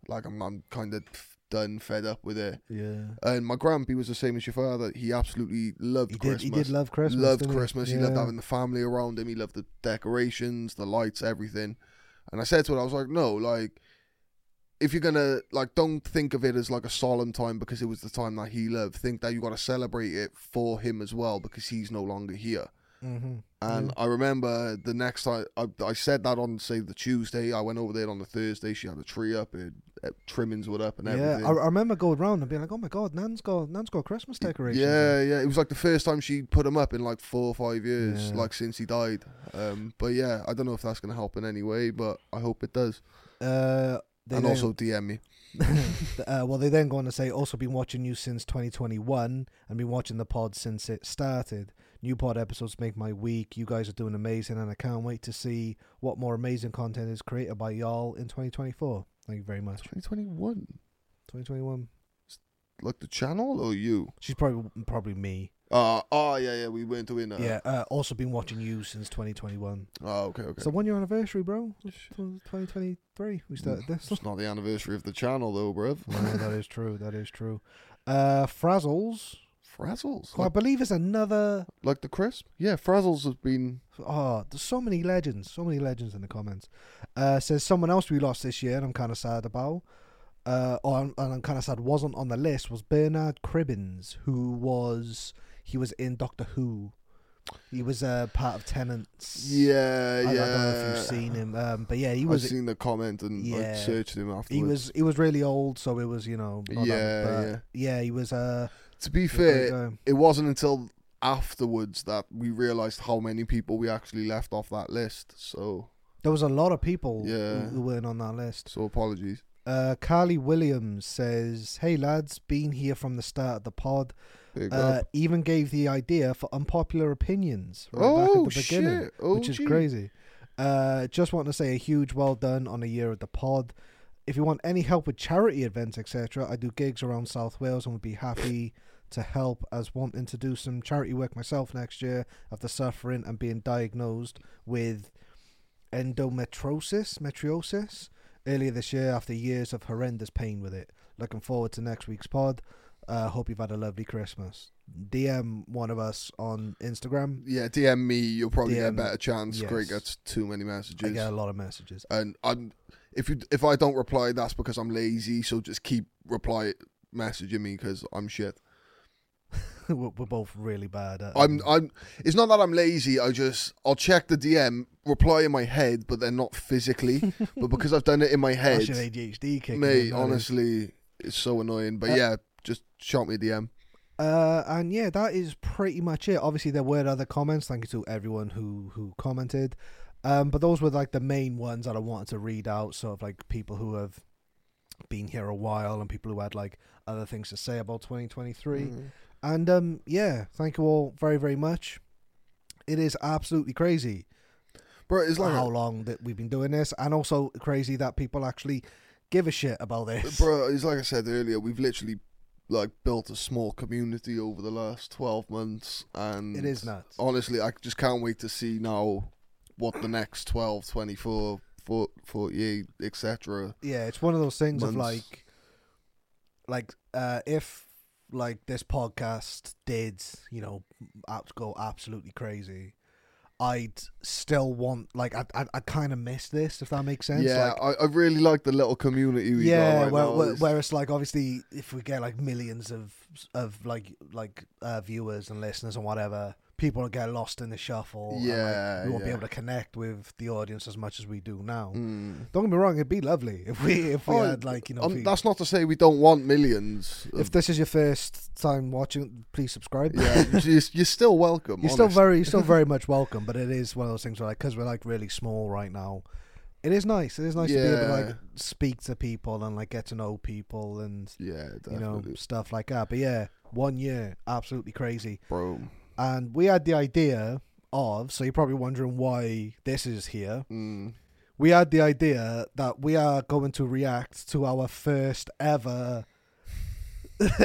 Speaker 2: Like I'm, I'm kind of done, fed up with it."
Speaker 1: Yeah.
Speaker 2: And my grandpa was the same as your father. He absolutely loved
Speaker 1: He did.
Speaker 2: Christmas.
Speaker 1: He did love Christmas.
Speaker 2: loved
Speaker 1: didn't
Speaker 2: Christmas.
Speaker 1: He,
Speaker 2: He loved
Speaker 1: Yeah.
Speaker 2: having the family around him. He loved the decorations, the lights, everything. And I said to her, I was like, no, like, if you're gonna like, don't think of it as like a solemn time because it was the time that he loved. Think that you got to celebrate it for him as well because he's no longer here.
Speaker 1: Mm-hmm.
Speaker 2: And I remember the next time I, I said that on say the Tuesday, I went over there on the Thursday. She had a tree up, her, her trimmings were up, and
Speaker 1: Yeah,
Speaker 2: everything.
Speaker 1: I, I remember going round and being like, "Oh my god, Nan's got Nan's got Christmas decorations."
Speaker 2: Yeah, yeah. It was like the first time she put him up in like four or five years,
Speaker 1: Yeah.
Speaker 2: like since he died. Um, but yeah, I don't know if that's gonna help in any way, but I hope it does.
Speaker 1: Uh, they
Speaker 2: and
Speaker 1: then-
Speaker 2: also DM me.
Speaker 1: uh, well, they then go on to say, also been watching you since 2021 and been watching the pod since it started. New pod episodes make my week. You guys are doing amazing, and I can't wait to see what more amazing content is created by y'all in 2024. Thank you very much.
Speaker 2: Twenty twenty one,
Speaker 1: 2021.
Speaker 2: like the channel or you?
Speaker 1: She's probably probably me.
Speaker 2: Uh, oh yeah, yeah. We weren't doing that.
Speaker 1: Yeah. Uh, also been watching you since 2021.
Speaker 2: Oh okay, okay.
Speaker 1: It's the one year anniversary, bro. It's 2023. We started this.
Speaker 2: it's not the anniversary of the channel though, bruv.
Speaker 1: No, Mm. that is true. That is true. Uh, Frazzles.
Speaker 2: Frazzles,
Speaker 1: who I
Speaker 2: like,
Speaker 1: believe is another
Speaker 2: like the crisp. Yeah, Frazzles has been.
Speaker 1: Oh, there's so many legends, so many legends in the comments. Uh, says someone else we lost this year, and I'm kind of sad about. Uh, or and I'm kind of sad wasn't on the list was Bernard Cribbins, who was he was in Doctor Who. He was uh, part of Tenants.
Speaker 2: Yeah,
Speaker 1: I,
Speaker 2: yeah.
Speaker 1: I don't know if you've seen him, um, but yeah, he
Speaker 2: I've
Speaker 1: was
Speaker 2: seen the comment and I
Speaker 1: Yeah.
Speaker 2: searched him afterwards.
Speaker 1: he was he was really old, so it was you know not that-
Speaker 2: Yeah,
Speaker 1: but
Speaker 2: yeah.
Speaker 1: yeah, he was uh,
Speaker 2: To be
Speaker 1: a great
Speaker 2: fair,
Speaker 1: guy.
Speaker 2: it wasn't until afterwards that we realized how many people we actually left off that list. So,
Speaker 1: there was a lot of people who-
Speaker 2: Yeah.
Speaker 1: who weren't on that list.
Speaker 2: so apologies.
Speaker 1: Uh, Carly Williams says, "Hey lads, been here from the start of the pod.
Speaker 2: Big
Speaker 1: Uh,
Speaker 2: up.
Speaker 1: even gave the idea for unpopular opinions right back
Speaker 2: oh
Speaker 1: at the beginning,
Speaker 2: shit! Oh,
Speaker 1: which is
Speaker 2: gee.
Speaker 1: crazy. Uh, just want to say a huge well done on a year of the pod. If you want any help with charity events, etc., I do gigs around South Wales and would be happy." To help, as wanting to do some charity work myself next year after suffering and being diagnosed with endometriosis, metriosis earlier this year after years of horrendous pain with it. Looking forward to next week's pod. Uh, hope you've had a lovely Christmas. DM one of us on Instagram.
Speaker 2: Yeah, DM me. You'll probably get a
Speaker 1: DM,
Speaker 2: better chance.
Speaker 1: yes.
Speaker 2: Greg gets too many messages,
Speaker 1: I get a lot of messages.
Speaker 2: and I'm if you if I don't reply, that's because I'm lazy. So just keep reply messaging me because I'm shit.
Speaker 1: we're, we're both really bad at. um,
Speaker 2: I'm I'm it's not that I'm lazy, I just I'll check the DM, reply in my head, but then not physically. but because I've done it in my
Speaker 1: That's your
Speaker 2: head,
Speaker 1: ADHD kick.
Speaker 2: mate, honestly, it's so annoying. But
Speaker 1: Uh,
Speaker 2: yeah, just shout me a DM.
Speaker 1: Uh, and yeah, that is pretty much it. Obviously, there were other comments. Thank you to everyone who who commented. Um, but those were like the main ones that I wanted to read out. Sort of like people who have been here a while and people who had like other things to say about 2023.
Speaker 2: Mm.
Speaker 1: And um, yeah, thank you all very very much. It is absolutely crazy
Speaker 2: Bro, it's like
Speaker 1: how long that we've been doing this, and also crazy that people actually give a shit about this.
Speaker 2: bro, it's like I said earlier, we've literally like built a small community over the last 12 months and
Speaker 1: It is nuts.
Speaker 2: Honestly, I just can't wait to see now what the next 12, 24, 40, 48, etc.
Speaker 1: yeah it's one of those things of
Speaker 2: Months.
Speaker 1: like like uh if like this podcast did you know abs- go absolutely crazy i'd still want like i i, I kind of miss this if that makes sense
Speaker 2: Yeah,
Speaker 1: like,
Speaker 2: I, I really like the little community we
Speaker 1: yeah
Speaker 2: got right
Speaker 1: where,
Speaker 2: now.
Speaker 1: where,
Speaker 2: It's-
Speaker 1: where it's like obviously if we get like millions of of like like uh viewers and listeners and whatever people will get lost in the shuffle and, like,
Speaker 2: Yeah,
Speaker 1: we won't be
Speaker 2: yeah.
Speaker 1: able to connect with the audience as much as we do now
Speaker 2: Mm.
Speaker 1: don't get me wrong it'd be lovely if we if we
Speaker 2: Oh,
Speaker 1: had like you know
Speaker 2: Um,
Speaker 1: if we-
Speaker 2: that's not to say we don't want millions. of-
Speaker 1: if this is your first time watching, please subscribe.
Speaker 2: yeah, you're, you're still welcome.
Speaker 1: you're still
Speaker 2: honest.
Speaker 1: very, you're still very much welcome. But it is one of those things where, like, because we're like really small right now, it is nice. It is nice to be able to
Speaker 2: Yeah.
Speaker 1: like speak to people and like get to know people and
Speaker 2: Yeah, definitely,
Speaker 1: you know stuff like that. But yeah, one year, absolutely crazy.
Speaker 2: bro.
Speaker 1: And we had the idea of, so you're probably wondering why this is here.
Speaker 2: Mm.
Speaker 1: We had the idea that we are going to react to our first ever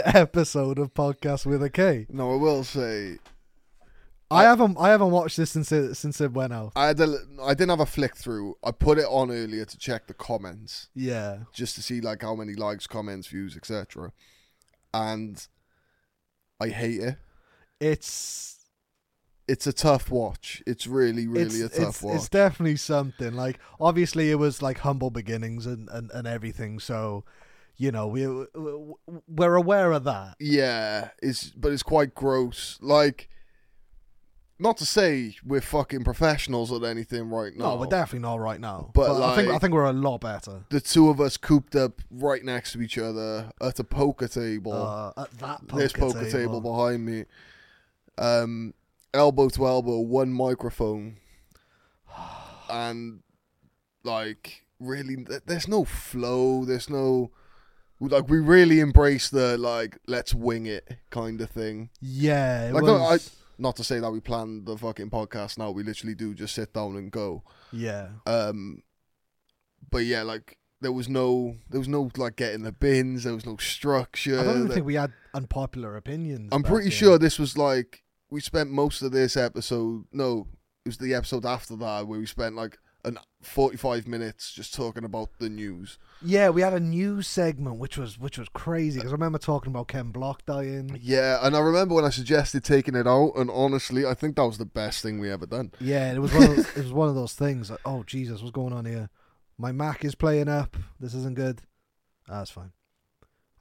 Speaker 1: episode of podcast with a K.
Speaker 2: No, I will say
Speaker 1: I haven't I haven't watched this since it since it went out.
Speaker 2: I had a, li- I didn't have a flick through. I put it on earlier to check the comments
Speaker 1: Yeah.
Speaker 2: just to see like how many likes, comments, views, etc. And I hate it.
Speaker 1: It's
Speaker 2: It's a tough watch. It's really, really
Speaker 1: it's,
Speaker 2: a tough
Speaker 1: it's,
Speaker 2: watch.
Speaker 1: it's definitely something. Like obviously it was like humble beginnings and, and, and everything, so you know, we we- we're aware of that.
Speaker 2: Yeah, it's but it's quite gross. Like, Not to say we're fucking professionals at anything right now.
Speaker 1: No, Oh, we're definitely not right now.
Speaker 2: But,
Speaker 1: But, I think
Speaker 2: like-
Speaker 1: I think we're a lot better.
Speaker 2: the two of us cooped up right next to each other at a poker table.
Speaker 1: Uh, at that poker
Speaker 2: Oh, this poker table. behind me. Um, elbow to elbow, one microphone, and like really, th- there's no flow. There's no like we really embrace the like let's wing it kind of thing.
Speaker 1: Yeah, it
Speaker 2: Like no, I,
Speaker 1: was,
Speaker 2: not to say that we planned the fucking podcast. Now we literally do just sit down and go.
Speaker 1: yeah.
Speaker 2: Um, but yeah, like. There was no, there was no like getting the bins. There was no structure.
Speaker 1: I don't even
Speaker 2: there-
Speaker 1: think we had unpopular opinions.
Speaker 2: I'm
Speaker 1: back
Speaker 2: pretty
Speaker 1: then.
Speaker 2: sure this was like we spent most of this episode. No, it was the episode after that where we spent like an 45 minutes just talking about the news.
Speaker 1: Yeah, we had a news segment which was which was crazy because I remember talking about Ken Block dying.
Speaker 2: Yeah, and I remember when I suggested taking it out, and honestly, I think that was the best thing we ever done.
Speaker 1: Yeah, it was one of those, it was one of those things like, oh Jesus, what's going on here? My Mac is playing up. This isn't good. Ah, That's fine.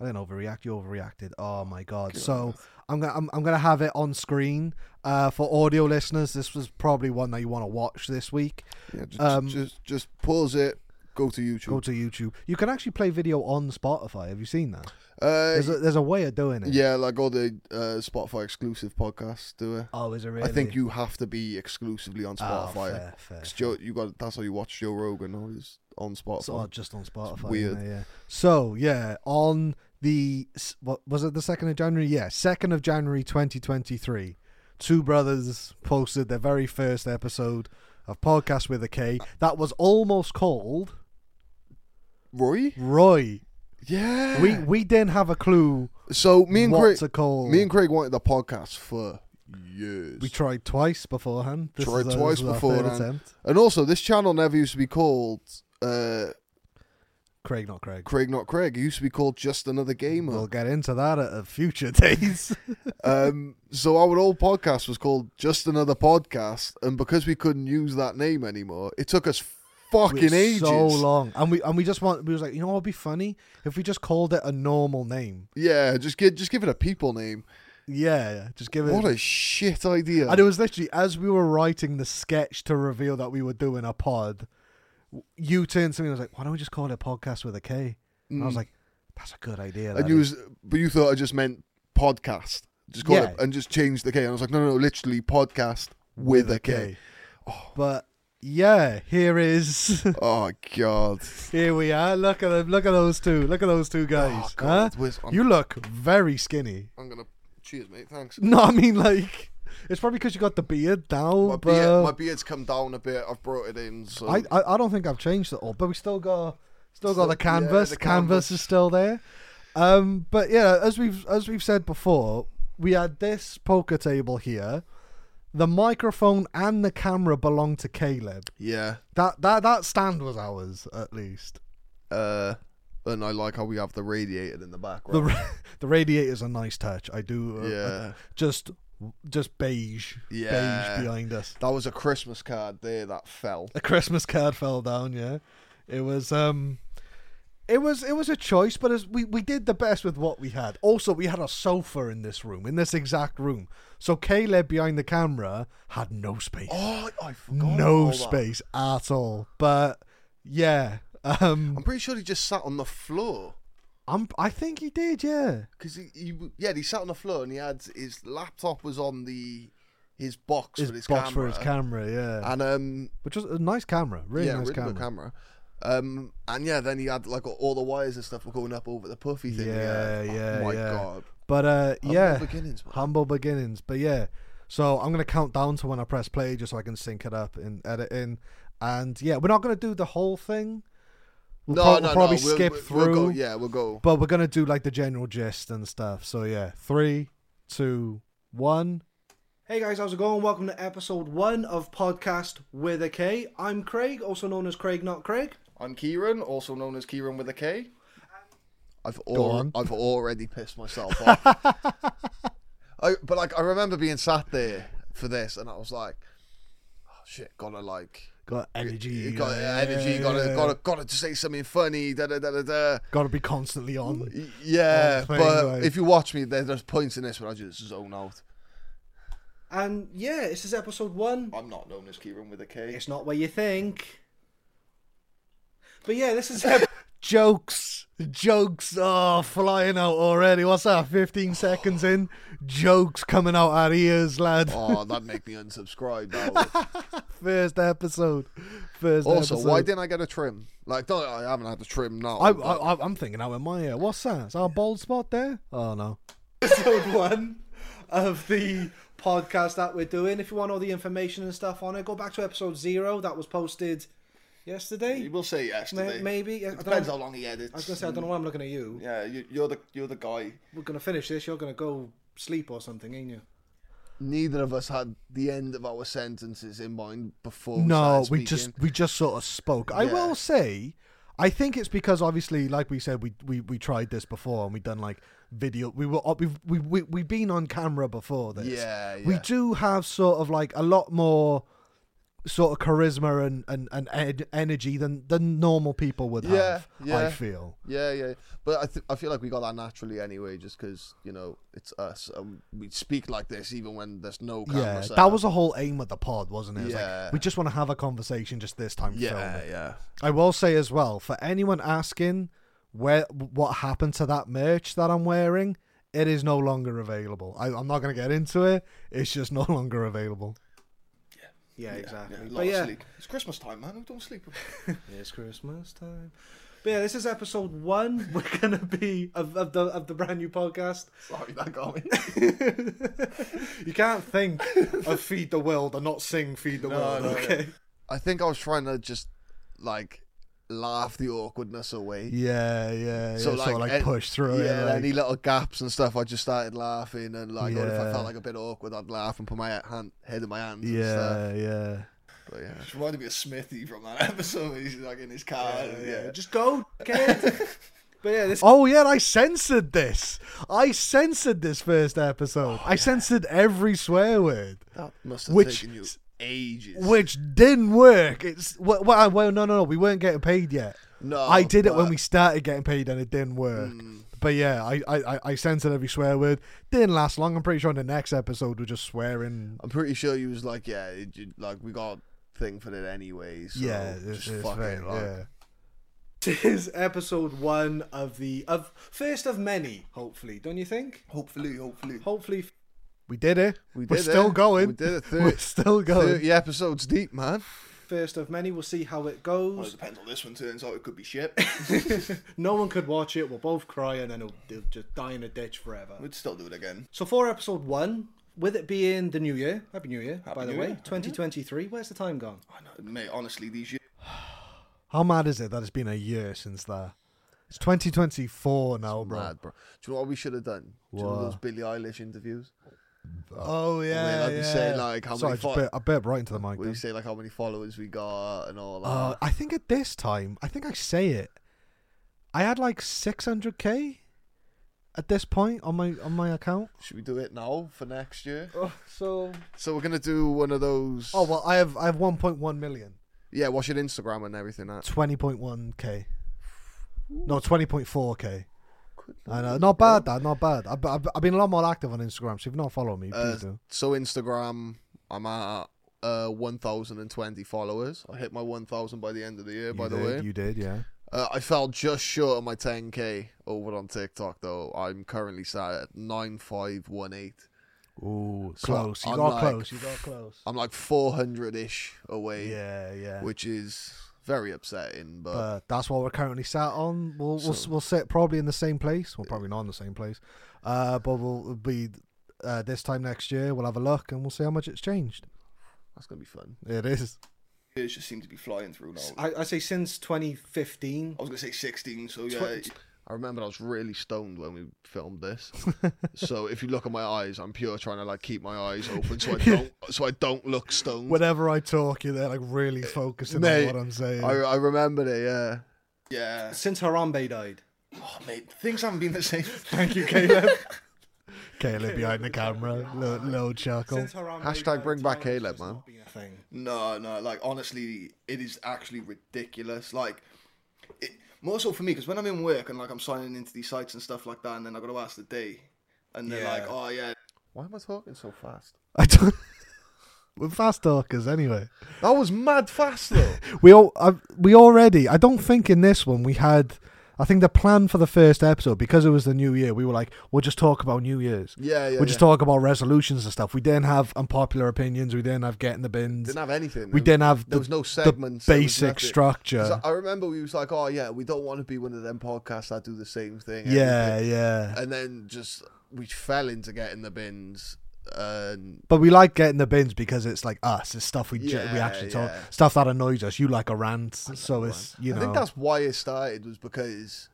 Speaker 1: I didn't overreact. You overreacted. Oh my god. So I'm gonna I'm, I'm gonna have it on screen uh, for audio listeners. This was probably one that you want to watch this week.
Speaker 2: Yeah, just,
Speaker 1: Um,
Speaker 2: just just pause it, go to YouTube.
Speaker 1: Go to YouTube. You can actually play video on Spotify. Have you seen that?
Speaker 2: uh,
Speaker 1: There's a, there's a way of doing it.
Speaker 2: yeah, like all the uh, Spotify exclusive podcasts do it.
Speaker 1: Oh, is it really?
Speaker 2: I think you have to be exclusively on
Speaker 1: Oh,
Speaker 2: Spotify.
Speaker 1: fair, fair.
Speaker 2: 'Cause Joe, you got that's how you watch Joe Rogan. All is on Spotify.
Speaker 1: So, oh, just on Spotify. isn't
Speaker 2: weird.
Speaker 1: it? yeah. So yeah, on the s- what was it? The second of January. Yeah, second of January, twenty twenty three. Two brothers posted their very first episode of podcast with a K that was almost called
Speaker 2: Roy?
Speaker 1: Roy.
Speaker 2: Yeah.
Speaker 1: We we didn't have a clue
Speaker 2: so me and
Speaker 1: what
Speaker 2: Craig,
Speaker 1: to call.
Speaker 2: me and Craig wanted the podcast for years.
Speaker 1: we tried twice beforehand. This is
Speaker 2: Tried
Speaker 1: our- this
Speaker 2: twice
Speaker 1: is our third
Speaker 2: beforehand.
Speaker 1: attempt.
Speaker 2: and also, this channel never used to be called uh,
Speaker 1: Craig, not Craig.
Speaker 2: Craig Not Craig. It used to be called Just Another
Speaker 1: We'll
Speaker 2: Gamer.
Speaker 1: get into that at a future days.
Speaker 2: um, so our old podcast was called Just Another Podcast, and because we couldn't use that name anymore, it took us fucking
Speaker 1: It's
Speaker 2: ages.
Speaker 1: So long, and we and we just want we was like, you know, what would be funny if we just called it a normal name.
Speaker 2: Yeah, just give just give it a people name.
Speaker 1: Yeah, just give it.
Speaker 2: What a shit idea.
Speaker 1: and it was literally as we were writing the sketch to reveal that we were doing a pod. w- You turned to me and was like, "Why don't we just call it a podcast with a K? And I was like, "That's a good idea."
Speaker 2: Mm. and
Speaker 1: that
Speaker 2: you
Speaker 1: is."
Speaker 2: was, but you thought I just meant podcast. Just call it
Speaker 1: Yeah.
Speaker 2: and just change the K. And I was like, no, no, no literally podcast with, a K.
Speaker 1: But yeah, here is
Speaker 2: Oh God!
Speaker 1: here we are. Look at them. Look at those two. Look at those two guys.
Speaker 2: Oh, God.
Speaker 1: Huh?
Speaker 2: Where's- I'm,
Speaker 1: You look very skinny.
Speaker 2: I'm gonna cheers, mate. Thanks.
Speaker 1: No, I mean like it's probably because you got the beard down.
Speaker 2: My,
Speaker 1: but...
Speaker 2: beard, my beard's come down a bit. I've brought it in. So
Speaker 1: I, I I don't think I've changed it all, but we still got still
Speaker 2: Still-
Speaker 1: got the
Speaker 2: yeah, the
Speaker 1: canvas. canvas
Speaker 2: canvas.
Speaker 1: is still there. Um, but yeah, as we've as we've said before, we had this poker table here. The microphone and the camera belonged to Caleb.
Speaker 2: yeah.
Speaker 1: That that that stand was ours, at least.
Speaker 2: Uh, and I like how we have the radiator in the background.
Speaker 1: The ra- the radiator's a nice touch. I do. Uh,
Speaker 2: Yeah.
Speaker 1: just just beige.
Speaker 2: Yeah.
Speaker 1: Beige behind us.
Speaker 2: that was a Christmas card there that fell.
Speaker 1: a Christmas card fell down. Yeah, it was um, it was it was a choice, but as we we did the best with what we had. Also, we had a sofa in this room, in this exact room. So Caleb behind the camera had no space,
Speaker 2: Oh, I forgot.
Speaker 1: no
Speaker 2: about that.
Speaker 1: space at all. But yeah, um,
Speaker 2: I'm pretty sure he just sat on the floor.
Speaker 1: I'm I think he did. Yeah,
Speaker 2: Cause he, he w- yeah, he sat on the floor and he had his laptop was on the his box
Speaker 1: his
Speaker 2: with his
Speaker 1: box
Speaker 2: camera.
Speaker 1: for his camera. Yeah,
Speaker 2: and um
Speaker 1: which was a nice camera, really
Speaker 2: yeah,
Speaker 1: nice
Speaker 2: really
Speaker 1: camera.
Speaker 2: good camera. Um and yeah, then he had like all the wires and stuff were going up over the puffy thing.
Speaker 1: Yeah, yeah,
Speaker 2: Oh my
Speaker 1: yeah.
Speaker 2: god.
Speaker 1: But uh, yeah,
Speaker 2: beginnings, man.
Speaker 1: humble beginnings. But yeah, so I'm gonna count down to when I press play just so I can sync it up and edit in. And yeah, we're not gonna do the whole thing. We'll,
Speaker 2: No,
Speaker 1: prob-
Speaker 2: no,
Speaker 1: we'll probably
Speaker 2: no. we'll-
Speaker 1: skip
Speaker 2: we'll-
Speaker 1: through,
Speaker 2: We'll go, yeah, we'll go.
Speaker 1: but we're gonna do like the general gist and stuff. So yeah, three, two, one. Hey guys, how's it going? Welcome to episode one of podcast with a K. I'm Craig, also known as Craig, not Craig.
Speaker 2: I'm Kieran, also known as Kieran with a K. I've
Speaker 1: on.
Speaker 2: al- I've already pissed myself off. I, but like I remember being sat there for this and I was like, oh shit, gotta like
Speaker 1: Got energy.
Speaker 2: You got
Speaker 1: yeah,
Speaker 2: energy.
Speaker 1: yeah,
Speaker 2: got to,
Speaker 1: yeah.
Speaker 2: got to, got to say something funny. Da da da da da.
Speaker 1: Gotta be constantly on.
Speaker 2: Y- Yeah,
Speaker 1: thing,
Speaker 2: but
Speaker 1: like-
Speaker 2: if you watch me, there, there's points in this where I just zone out.
Speaker 3: And yeah, this is episode one.
Speaker 2: I'm not known as Kieran with a K.
Speaker 3: It's not what you think. But yeah, this is ep-
Speaker 1: Jokes, jokes are flying out already. What's that? Fifteen seconds in, jokes coming out our ears, lad.
Speaker 2: Oh, that'd make me unsubscribe. That would.
Speaker 1: First episode. First
Speaker 2: also,
Speaker 1: episode.
Speaker 2: why didn't I get a trim? Like, don't, I haven't had a trim now.
Speaker 1: I,
Speaker 2: but-
Speaker 1: I, I- I'm thinking out in my ear. What's that? Is that a bald spot there? Oh no.
Speaker 3: episode one of the podcast that we're doing. If you want all the information and stuff on it, go back to episode zero that was posted yesterday.
Speaker 2: you will say
Speaker 3: May-
Speaker 2: yesterday.
Speaker 3: maybe. I
Speaker 2: It
Speaker 3: don't
Speaker 2: depends
Speaker 3: know-
Speaker 2: how long he edits.
Speaker 3: I was gonna say I don't know why I'm looking at you.
Speaker 2: Yeah, you, you're the you're the guy.
Speaker 3: We're gonna finish this. You're gonna go sleep or something, ain't you?
Speaker 2: Neither of us had the end of our sentences in mind before.
Speaker 1: No,
Speaker 2: started
Speaker 1: we just
Speaker 2: speaking.
Speaker 1: we just sort of spoke. I
Speaker 2: Yeah.
Speaker 1: will say, I think it's because obviously, like we said, we we, we tried this before and we done like video. We were we've we we we've been on camera before this.
Speaker 2: Yeah,
Speaker 1: We
Speaker 2: yeah.
Speaker 1: do have sort of like a lot more sort of charisma and and and ed- energy than than normal people would
Speaker 2: Yeah,
Speaker 1: have. I
Speaker 2: yeah.
Speaker 1: feel.
Speaker 2: Yeah, yeah. But I, th- I feel like we got that naturally anyway, just because, you know, it's us. Um, we speak like this even when there's no camera
Speaker 1: Yeah,
Speaker 2: set
Speaker 1: that
Speaker 2: up.
Speaker 1: was the whole aim of the pod, wasn't it? It's
Speaker 2: Yeah.
Speaker 1: like, we just want to have a conversation, just this time. film it.
Speaker 2: Yeah, yeah.
Speaker 1: I will say as well for anyone asking where what happened to that merch that I'm wearing, it is no longer available. I, I'm not going to get into it. It's just no longer available.
Speaker 3: Yeah,
Speaker 2: Yeah,
Speaker 3: exactly.
Speaker 2: a lot
Speaker 3: but
Speaker 2: of
Speaker 3: yeah,
Speaker 2: sleep. It's Christmas time, man. We don't sleep.
Speaker 3: it's Christmas time. But yeah, this is episode one. We're gonna be of, of the of the brand new podcast.
Speaker 2: Sorry, that got me.
Speaker 3: you can't think of feed the world and not sing feed the world.
Speaker 2: no,
Speaker 3: okay.
Speaker 2: I think I was trying to just, like, laugh the awkwardness away.
Speaker 1: Yeah, yeah. So yeah,
Speaker 2: So,
Speaker 1: like, sort of like
Speaker 2: an-
Speaker 1: push through
Speaker 2: yeah,
Speaker 1: it. like-
Speaker 2: any little gaps and stuff, I just started laughing and like, or if I
Speaker 1: Yeah.
Speaker 2: felt like a bit awkward, I'd laugh and put my hand, head in my hands. and stuff.
Speaker 1: yeah, yeah.
Speaker 2: but yeah. It's reminded me of Smithy from that episode. He's like in his car.
Speaker 3: Yeah, just go. Kid. but yeah, this
Speaker 1: Oh yeah, I censored this. I censored this first episode.
Speaker 3: Oh,
Speaker 1: I censored every swear word.
Speaker 2: That must have
Speaker 1: Which-
Speaker 2: taken you ages.
Speaker 1: Which didn't work. It's well, well, well, no, no, no. We weren't getting paid yet.
Speaker 2: No,
Speaker 3: Oh,
Speaker 1: I did it when
Speaker 2: but-
Speaker 1: we started getting paid, and it didn't work.
Speaker 3: Hmm.
Speaker 1: But yeah, I, I, I- I censored every swear word. Didn't last long. I'm pretty sure in the next episode we're just swearing.
Speaker 2: I'm pretty sure you was like, yeah, it, you- like we got thing for it anyway. So
Speaker 1: yeah,
Speaker 2: just
Speaker 1: it's, it's
Speaker 2: fuck
Speaker 1: very-
Speaker 2: it. Like,
Speaker 1: yeah.
Speaker 3: is episode one of the of first of many. Hopefully, don't you think?
Speaker 2: Hopefully, hopefully.
Speaker 3: Hopefully,
Speaker 1: We did it.
Speaker 2: We
Speaker 1: are
Speaker 2: did
Speaker 1: still
Speaker 2: it.
Speaker 1: going.
Speaker 2: We did it. Thir-
Speaker 1: We're still going.
Speaker 2: Thirty episodes deep, man.
Speaker 3: first of many. We'll see how it goes.
Speaker 2: depends on this one turns out. It could be shit.
Speaker 3: No one could watch it. We'll both cry, and then it'll, it'll just die in a ditch forever.
Speaker 2: We'd still do it again.
Speaker 3: So for episode one, with it being the new year, happy new year, by the
Speaker 2: New
Speaker 3: way,
Speaker 2: Year, Happy
Speaker 3: 2023. Where's the time gone?
Speaker 2: I know, mate. Honestly, these.
Speaker 1: How mad is it that it's been a year since that? It's 2024 now, bro.
Speaker 2: Mad, bro. Do you know what we should have done? Do you know
Speaker 1: What?
Speaker 2: those Billie Eilish interviews?
Speaker 1: Oh yeah.
Speaker 2: I'd be
Speaker 1: yeah.
Speaker 2: saying, like, how
Speaker 1: Sorry,
Speaker 2: many
Speaker 1: I just
Speaker 2: fo-
Speaker 1: bit, I bit right into the mic.
Speaker 2: Where
Speaker 1: then.
Speaker 2: you say like how many followers we got and all that.
Speaker 1: Uh, I think at this time, I think I say it. I had like 600k at this point on my on my account.
Speaker 2: should we do it now for next year?
Speaker 3: so
Speaker 2: Oh, So we're gonna do one of those.
Speaker 1: Oh well, I have I have 1.1 million,
Speaker 2: yeah. Watch your Instagram and everything. eh? That
Speaker 1: 20.1k, no 20.4k. I know, not bad. That not bad. I've, I've, I've been a lot more active on Instagram. So if you've not followed me, please
Speaker 2: Uh,
Speaker 1: do.
Speaker 2: so Instagram, I'm at uh 1,020 followers. I hit my 1,000 by the end of the year. by
Speaker 1: you
Speaker 2: the
Speaker 1: did,
Speaker 2: way,
Speaker 1: you did, yeah.
Speaker 2: uh, I fell just short of my 10k over on TikTok though. I'm currently sat at 9518.
Speaker 1: Ooh,
Speaker 2: So
Speaker 1: close. You
Speaker 2: I'm
Speaker 1: got
Speaker 2: like-
Speaker 1: close. You got close.
Speaker 2: I'm like 400 ish away,
Speaker 1: Yeah, yeah.
Speaker 2: which is very upsetting. But,
Speaker 1: but Uh, that's what we're currently sat on. We'll we'll,
Speaker 2: So-
Speaker 1: we'll sit probably in the same place. Well, probably not in the same place, uh, but we'll be uh, this time next year. We'll have a look and we'll see how much it's changed.
Speaker 2: that's gonna be fun.
Speaker 1: It is.
Speaker 2: It just seems to be flying through now.
Speaker 3: I, I say since 2015.
Speaker 2: was gonna say 16, so
Speaker 3: yeah.
Speaker 2: I remember I was really stoned when we filmed this. so if you look at my eyes, I'm pure trying to like keep my eyes open so I don't so I don't look stoned.
Speaker 1: Whenever I talk, you're there like
Speaker 3: Uh,
Speaker 1: really focusing
Speaker 2: Mate,
Speaker 1: on what I'm saying.
Speaker 2: I I remember it, yeah. Yeah.
Speaker 3: Since Harambe died.
Speaker 2: Oh, mate, things haven't been the same.
Speaker 3: Thank you, Caleb.
Speaker 1: Caleb behind the camera, little, little chuckle.
Speaker 3: Since Harambe
Speaker 2: Hashtag
Speaker 3: died,
Speaker 2: bring back
Speaker 3: time's
Speaker 2: Caleb,
Speaker 3: just
Speaker 2: man.
Speaker 3: not been a thing.
Speaker 4: No, no, like honestly, it is actually ridiculous. Like, it, more so for me because when I'm in work and like I'm signing into these sites and stuff like that, and then I got to ask the day, and they're
Speaker 3: Yeah.
Speaker 4: like, oh yeah,
Speaker 2: Why am I talking so fast?
Speaker 1: I don't. We're fast talkers anyway.
Speaker 2: That was mad fast though.
Speaker 1: We all I, we already. I don't think in this one we had. I think the plan for the first episode because it was the new year. We were like, we'll just talk about New Year's.
Speaker 2: yeah, yeah.
Speaker 1: we'll just
Speaker 2: yeah.
Speaker 1: talk about resolutions and stuff. We didn't have unpopular opinions. We didn't have get in the bins.
Speaker 2: Didn't have anything.
Speaker 1: we
Speaker 2: There
Speaker 1: didn't have
Speaker 2: there
Speaker 1: the,
Speaker 2: was no
Speaker 1: the
Speaker 2: segments. there was
Speaker 1: basic
Speaker 2: nothing.
Speaker 1: structure.
Speaker 2: 'Cause I I remember we was like, oh yeah, we don't want to be one of them podcasts that do the same thing. every
Speaker 1: yeah,
Speaker 2: day."
Speaker 1: yeah.
Speaker 2: And then just we fell into getting the bins and
Speaker 1: But we like getting the bins because it's like us. It's stuff we ju- we
Speaker 2: Yeah,
Speaker 1: actually talk
Speaker 2: yeah.
Speaker 1: stuff that annoys us. You like a rant, so it's you know.
Speaker 2: I think that's why it started was because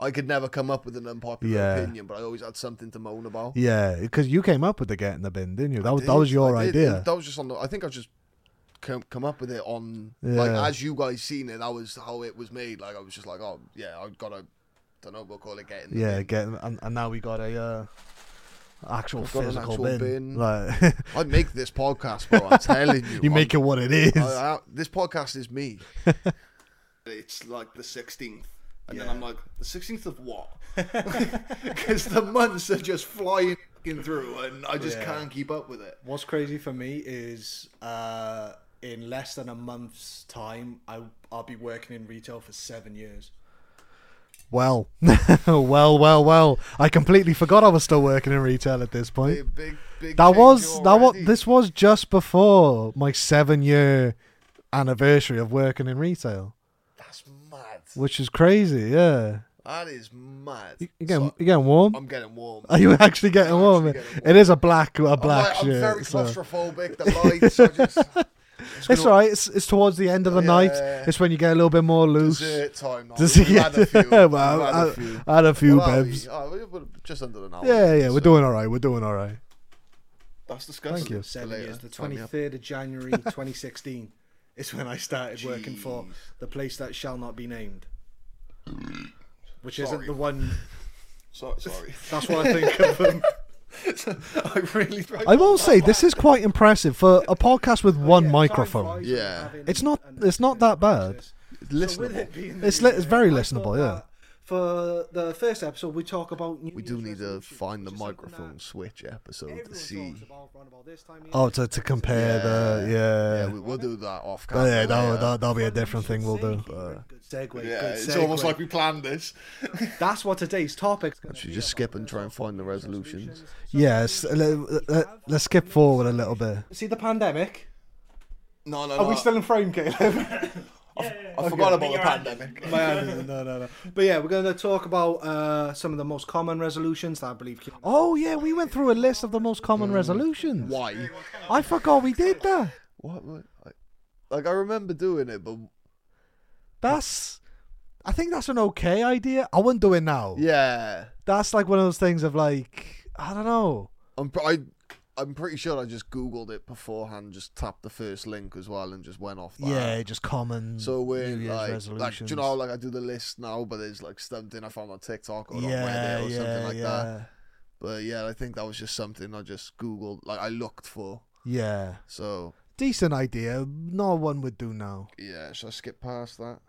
Speaker 2: I could never come up with an unpopular
Speaker 1: Yeah.
Speaker 2: opinion, but I always had something to moan about.
Speaker 1: yeah, because you came up with the get in the bin, didn't you? That was that
Speaker 2: did,
Speaker 1: was your
Speaker 2: I did,
Speaker 1: idea.
Speaker 2: and That was just on the. I think I just come come up with it on
Speaker 1: Yeah.
Speaker 2: like as you guys seen it. That was how it was made. Like I was just like, oh yeah, I gotta. Don't know. We'll call it getting. the
Speaker 1: yeah,
Speaker 2: bin.
Speaker 1: getting and, and now we got a uh, actual
Speaker 2: We've got an
Speaker 1: physical
Speaker 2: actual
Speaker 1: bin.
Speaker 2: bin.
Speaker 1: Like
Speaker 2: I'd make this podcast, bro. I'm telling you.
Speaker 1: you
Speaker 2: I'm-
Speaker 1: make it what it is.
Speaker 2: I, I, this podcast is me.
Speaker 4: It's like the 16th. And then I'm like, the 16th of what? Because the months are just flying fucking through and I just
Speaker 3: Yeah.
Speaker 4: can't keep up with it.
Speaker 3: What's crazy for me is uh, in less than a month's time, I I'll be working in retail for seven years.
Speaker 1: Well, well, well, well. I completely forgot I was still working in retail at this point.
Speaker 2: Big, big, big
Speaker 1: That
Speaker 2: change
Speaker 1: was that was
Speaker 2: already.
Speaker 1: this was just before my seven year anniversary of working in retail,
Speaker 2: That's mad.
Speaker 1: which is crazy. Yeah,
Speaker 2: That is mad.
Speaker 1: you you getting
Speaker 2: So,
Speaker 1: you getting warm?
Speaker 2: I'm getting warm.
Speaker 1: Are you actually getting
Speaker 2: I'm
Speaker 1: warm?
Speaker 2: actually getting
Speaker 1: It is a black a black
Speaker 2: I'm, like, I'm very
Speaker 1: shirt. so.
Speaker 2: claustrophobic. The lights. I just, it's
Speaker 1: It's
Speaker 2: gonna-
Speaker 1: all right. It's, it's towards the end of the night.
Speaker 2: Yeah.
Speaker 1: It's when you get a little bit more loose.
Speaker 2: Dessert time. Now.
Speaker 1: Does
Speaker 2: We've
Speaker 1: he-
Speaker 2: had a few.
Speaker 1: Well,
Speaker 2: We've had a
Speaker 1: I-
Speaker 2: few.
Speaker 1: I had a few
Speaker 2: Well, are we?
Speaker 1: bibs.
Speaker 2: Oh, we- we're just under an hour.
Speaker 1: Yeah, yeah, we're
Speaker 2: so-
Speaker 1: doing all right. We're doing all right.
Speaker 4: That's disgusting.
Speaker 1: you.
Speaker 3: Seven
Speaker 2: Later,
Speaker 3: years. The
Speaker 2: sign me
Speaker 3: twenty
Speaker 2: up.
Speaker 3: third of January, twenty sixteen, is when I started working for
Speaker 4: Jeez.
Speaker 3: the place that shall not be named, which
Speaker 4: Sorry.
Speaker 3: isn't the one.
Speaker 4: So, sorry.
Speaker 3: That's what I think of them.
Speaker 4: I really tried.
Speaker 1: I will say this is quite impressive for a podcast
Speaker 2: Oh,
Speaker 1: with one
Speaker 3: Yeah,
Speaker 1: microphone.
Speaker 3: time-wise,
Speaker 2: Yeah.
Speaker 3: having
Speaker 1: It's not-
Speaker 3: an-
Speaker 1: it's not that bad.
Speaker 2: It's
Speaker 3: So with it
Speaker 2: listenable.
Speaker 3: being
Speaker 1: It's
Speaker 3: the
Speaker 1: li- it's very
Speaker 3: year, I thought
Speaker 1: listenable, yeah.
Speaker 3: that For the first episode, we talk about. New
Speaker 2: We do
Speaker 3: Year's
Speaker 2: need to
Speaker 3: resolutions,
Speaker 2: find the
Speaker 3: which is something that
Speaker 2: microphone switch episode to
Speaker 3: everyone
Speaker 2: see.
Speaker 3: talks about around about this time of
Speaker 1: Oh,
Speaker 3: year.
Speaker 1: to, to compare the
Speaker 2: Yeah,
Speaker 1: yeah.
Speaker 2: we, uh, we'll do that off
Speaker 1: Oh,
Speaker 2: camera.
Speaker 1: yeah, that'll,
Speaker 2: later.
Speaker 1: that'll, that'll be a different thing we'll do.
Speaker 3: Good segue.
Speaker 4: Yeah,
Speaker 3: good
Speaker 4: it's
Speaker 3: segue.
Speaker 4: almost like we planned this.
Speaker 3: that's what today's topic's going to
Speaker 2: Should
Speaker 3: be.
Speaker 2: we just skip and try and find the resolutions?
Speaker 1: Yes, let, uh, let, us skip forward a little bit.
Speaker 3: See the pandemic.
Speaker 4: No, no, no.
Speaker 3: Are we still in frame, Caleb?
Speaker 4: I forgot about the pandemic.
Speaker 3: My hand isn't- no, no, no. But yeah, we're going to talk about uh, some of the most common resolutions that I believe. keep-
Speaker 1: Oh yeah, we went through a list of the most
Speaker 2: Mm.
Speaker 1: common resolutions.
Speaker 2: Why?
Speaker 1: I forgot we did that.
Speaker 2: What? what I, like I remember doing it, but
Speaker 1: Oh. That's, I think that's an okay idea. I wouldn't do it now.
Speaker 2: yeah,
Speaker 1: That's like one of those things of like I don't know.
Speaker 2: I'm pr- I, I'm pretty sure I just googled it beforehand, just tapped the first link as well, and just went off. That.
Speaker 1: Yeah, just common.
Speaker 2: So
Speaker 1: New
Speaker 2: when
Speaker 1: Year's
Speaker 2: like, like do
Speaker 1: resolutions.
Speaker 2: you know, how, like I do the list now, but there's like something I found on TikTok or on Reddit or something like that. But yeah, I think that was just something I just googled, like I looked for.
Speaker 1: Yeah,
Speaker 2: So
Speaker 1: decent idea. No one would do now.
Speaker 2: yeah, should I skip past that?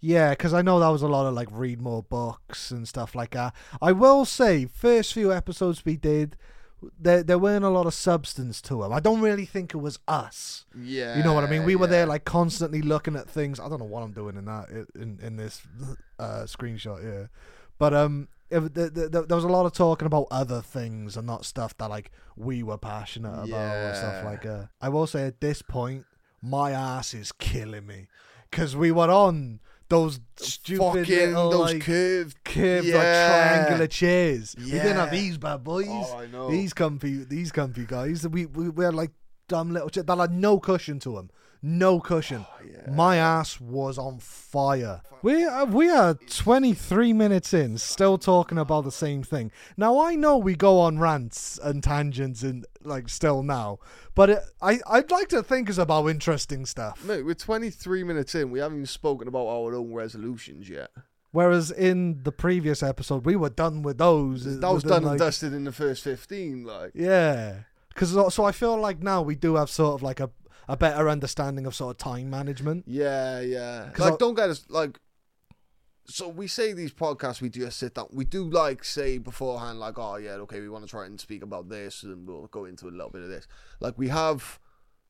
Speaker 1: Yeah, because I know that was a lot of like read more books and stuff like that. I will say, first few episodes we did, there there weren't a lot of substance to them. I don't really think it was us.
Speaker 2: Yeah,
Speaker 1: You know what I mean? We were
Speaker 2: yeah.
Speaker 1: there like constantly looking at things. I don't know what I'm doing in that in in this uh, screenshot here, but um, it, the, the, the, there was a lot of talking about other things and not stuff that like we were passionate about or stuff
Speaker 2: Yeah.
Speaker 1: like that. I will say at this point, my ass is killing me because we were on those stupid
Speaker 2: fucking
Speaker 1: little,
Speaker 2: those
Speaker 1: like,
Speaker 2: curved
Speaker 1: curved like
Speaker 2: Yeah.
Speaker 1: triangular chairs. We didn't have
Speaker 2: Yeah.
Speaker 1: these bad boys.
Speaker 2: Oh, I know.
Speaker 1: These comfy, these comfy guys. We we, we had like dumb little chairs that had no cushion to them. No cushion.
Speaker 2: Oh,
Speaker 1: My ass was on fire. We are, we are 23 minutes in, still talking about the same thing. Now I know we go on rants and tangents and like still now, but it, I I'd like to think is about interesting stuff.
Speaker 2: Mate, we're 23 minutes in. We haven't even spoken about our own resolutions yet.
Speaker 1: Whereas in the previous episode, we were done with those.
Speaker 2: That was
Speaker 1: within,
Speaker 2: done and
Speaker 1: like-
Speaker 2: dusted in the first 15. Like,
Speaker 1: Yeah, because so I feel like now we do have sort of like a a better understanding of sort of time management.
Speaker 2: yeah, yeah.
Speaker 1: 'Cause
Speaker 2: Like,
Speaker 1: I-
Speaker 2: don't get us like. so we say these podcasts, we just sit down. We do like say beforehand, like, oh yeah, okay, we want to try and speak about this, and we'll go into a little bit of this. Like we have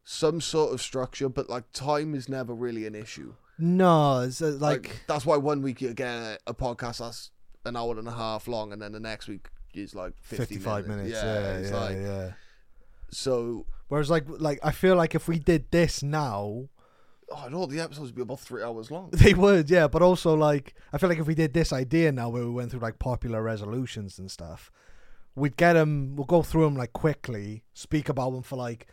Speaker 2: some sort of structure, but like time is never really an issue.
Speaker 1: No, it's uh, like,
Speaker 2: that's why one week you get a, a podcast that's an hour and a half long, and then the next week is like 50
Speaker 1: fifty-five minutes. yeah,
Speaker 2: it's
Speaker 1: yeah,
Speaker 2: like-
Speaker 1: yeah.
Speaker 2: So,
Speaker 1: Whereas, like, like I feel like if we did this now,
Speaker 2: oh no, the episodes would be about three hours long.
Speaker 1: they would, yeah. But also, like, I feel like if we did this idea now, where we went through like popular resolutions and stuff, we'd get them. We'll go through them like quickly, speak about them for like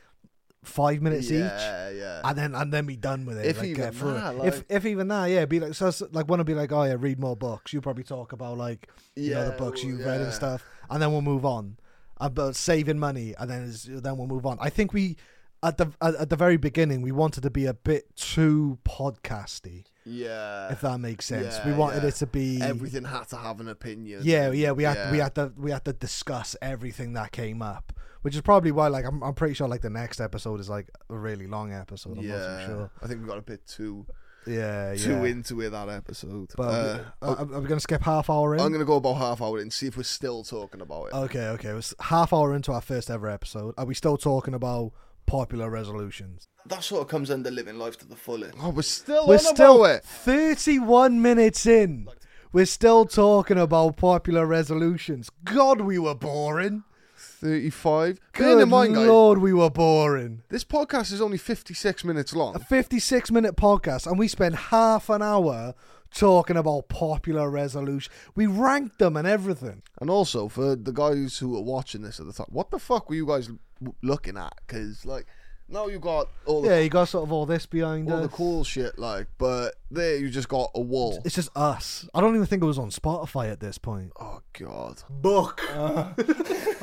Speaker 1: five minutes each,
Speaker 2: yeah, yeah.
Speaker 1: and then and then be done with it.
Speaker 2: If
Speaker 1: like,
Speaker 2: even
Speaker 1: get through it.
Speaker 2: that,
Speaker 1: if
Speaker 2: like-
Speaker 1: if even that, yeah, be like so. it's Like one would be like, oh yeah, read more books. You probably talk about like you know the
Speaker 2: Yeah,
Speaker 1: books
Speaker 2: well,
Speaker 1: you've read
Speaker 2: yeah.
Speaker 1: and stuff, and then we'll move on about saving money, and then is- then we'll move on. I think we. At the at at the very beginning, we wanted to be a bit too podcasty
Speaker 2: yeah.
Speaker 1: if that makes sense.
Speaker 2: Yeah,
Speaker 1: we wanted
Speaker 2: yeah.
Speaker 1: it to be
Speaker 2: Everything had to have an opinion.
Speaker 1: Yeah, yeah. We had we
Speaker 2: Yeah.
Speaker 1: had to we had to discuss everything that came up, which is probably why like I'm I'm pretty sure like the next episode is like a really long episode. I'm not
Speaker 2: yeah.
Speaker 1: too sure.
Speaker 2: I think we got a bit too
Speaker 1: Yeah,
Speaker 2: too
Speaker 1: yeah.
Speaker 2: into it that episode.
Speaker 1: but
Speaker 2: uh,
Speaker 1: uh, are, are we gonna skip half hour in?
Speaker 2: I'm gonna go about half hour and see if we're still talking about it.
Speaker 1: Okay, okay. It was half hour into our first ever episode. Are we still talking about popular resolutions?
Speaker 2: that sort of comes under living life to the fullest. Oh, we're still
Speaker 1: We're
Speaker 2: on
Speaker 1: still
Speaker 2: about it.
Speaker 1: 31 minutes in. We're still talking about popular resolutions. God, we were boring.
Speaker 2: Thirty-five. Bear
Speaker 1: Good
Speaker 2: in mind, guys,
Speaker 1: lord, we were boring.
Speaker 2: this podcast is only fifty-six minutes
Speaker 1: A
Speaker 2: long.
Speaker 1: 56 minute podcast, and we spent half an hour talking about popular resolution. We ranked them and everything.
Speaker 2: And also for the guys who are watching this at the time, what the fuck were you guys w- looking at? Because like now you got all the
Speaker 1: Yeah, you got sort of all this behind
Speaker 2: all
Speaker 1: us.
Speaker 2: the cool shit, like, but there you just got a wall.
Speaker 1: It's just us. I don't even think it was on Spotify at this point.
Speaker 2: Oh god.
Speaker 3: Book.
Speaker 1: Are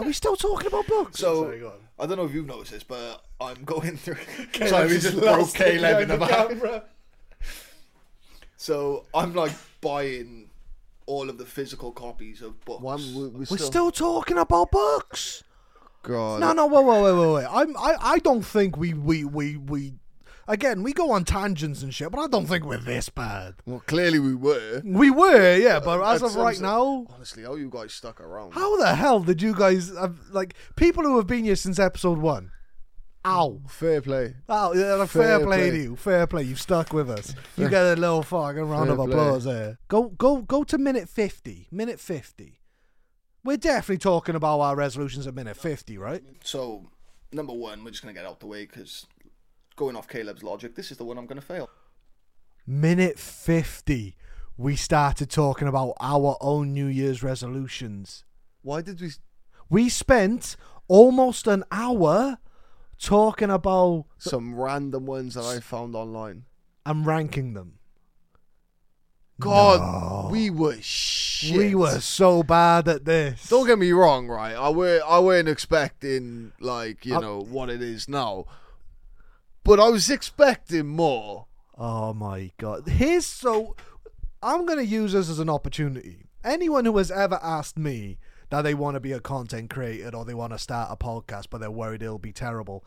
Speaker 1: we still talking about books?
Speaker 2: So
Speaker 3: Sorry, go on.
Speaker 2: I don't know if you've noticed this, but I'm going through.
Speaker 3: Caleb
Speaker 2: so I
Speaker 3: is
Speaker 2: just broke
Speaker 3: lost it
Speaker 2: Caleb in
Speaker 3: behind
Speaker 2: the
Speaker 3: the
Speaker 2: back.
Speaker 3: camera.
Speaker 2: So I'm like buying all of the physical copies of books. One, we
Speaker 1: We're still talking about books.
Speaker 2: God.
Speaker 1: No, no, whoa, whoa, whoa, whoa, wait. I'm, I, I don't think we, we, we, we. Again, we go on tangents and shit, but I don't think we're this bad.
Speaker 2: Well, clearly we were.
Speaker 1: We were, yeah, but as
Speaker 2: That's
Speaker 1: of right
Speaker 2: something-
Speaker 1: now,
Speaker 2: honestly, how you guys stuck around?
Speaker 1: How the hell did you guys have, like people who have been here since episode one? Ow!
Speaker 2: Fair play.
Speaker 1: Ow! Oh, Yeah, like, fair,
Speaker 2: Fair
Speaker 1: play, to
Speaker 2: play.
Speaker 1: you. Fair play. You stuck with us. You get a little fucking round
Speaker 2: Fair
Speaker 1: of
Speaker 2: play.
Speaker 1: applause there. Go, go, go to minute fifty. Minute fifty. We're definitely talking about our resolutions at minute fifty, right?
Speaker 2: So, number one, we're just gonna get out the way because going off Caleb's logic, this is the one I'm gonna fail.
Speaker 1: Minute fifty. We started talking about our own New Year's resolutions.
Speaker 2: Why did we?
Speaker 1: We spent almost an hour talking about
Speaker 2: Some random ones that I found online.
Speaker 1: and ranking them.
Speaker 2: God, we were shit.
Speaker 1: We were so bad at this.
Speaker 2: Don't get me wrong, right? I were I weren't expecting like you
Speaker 1: I-
Speaker 2: know what it is now, but I was expecting more.
Speaker 1: Oh my god. Here's so I'm gonna use this as an opportunity. Anyone who has ever asked me that they want to be a content creator or they want to start a podcast but they're worried it'll be terrible,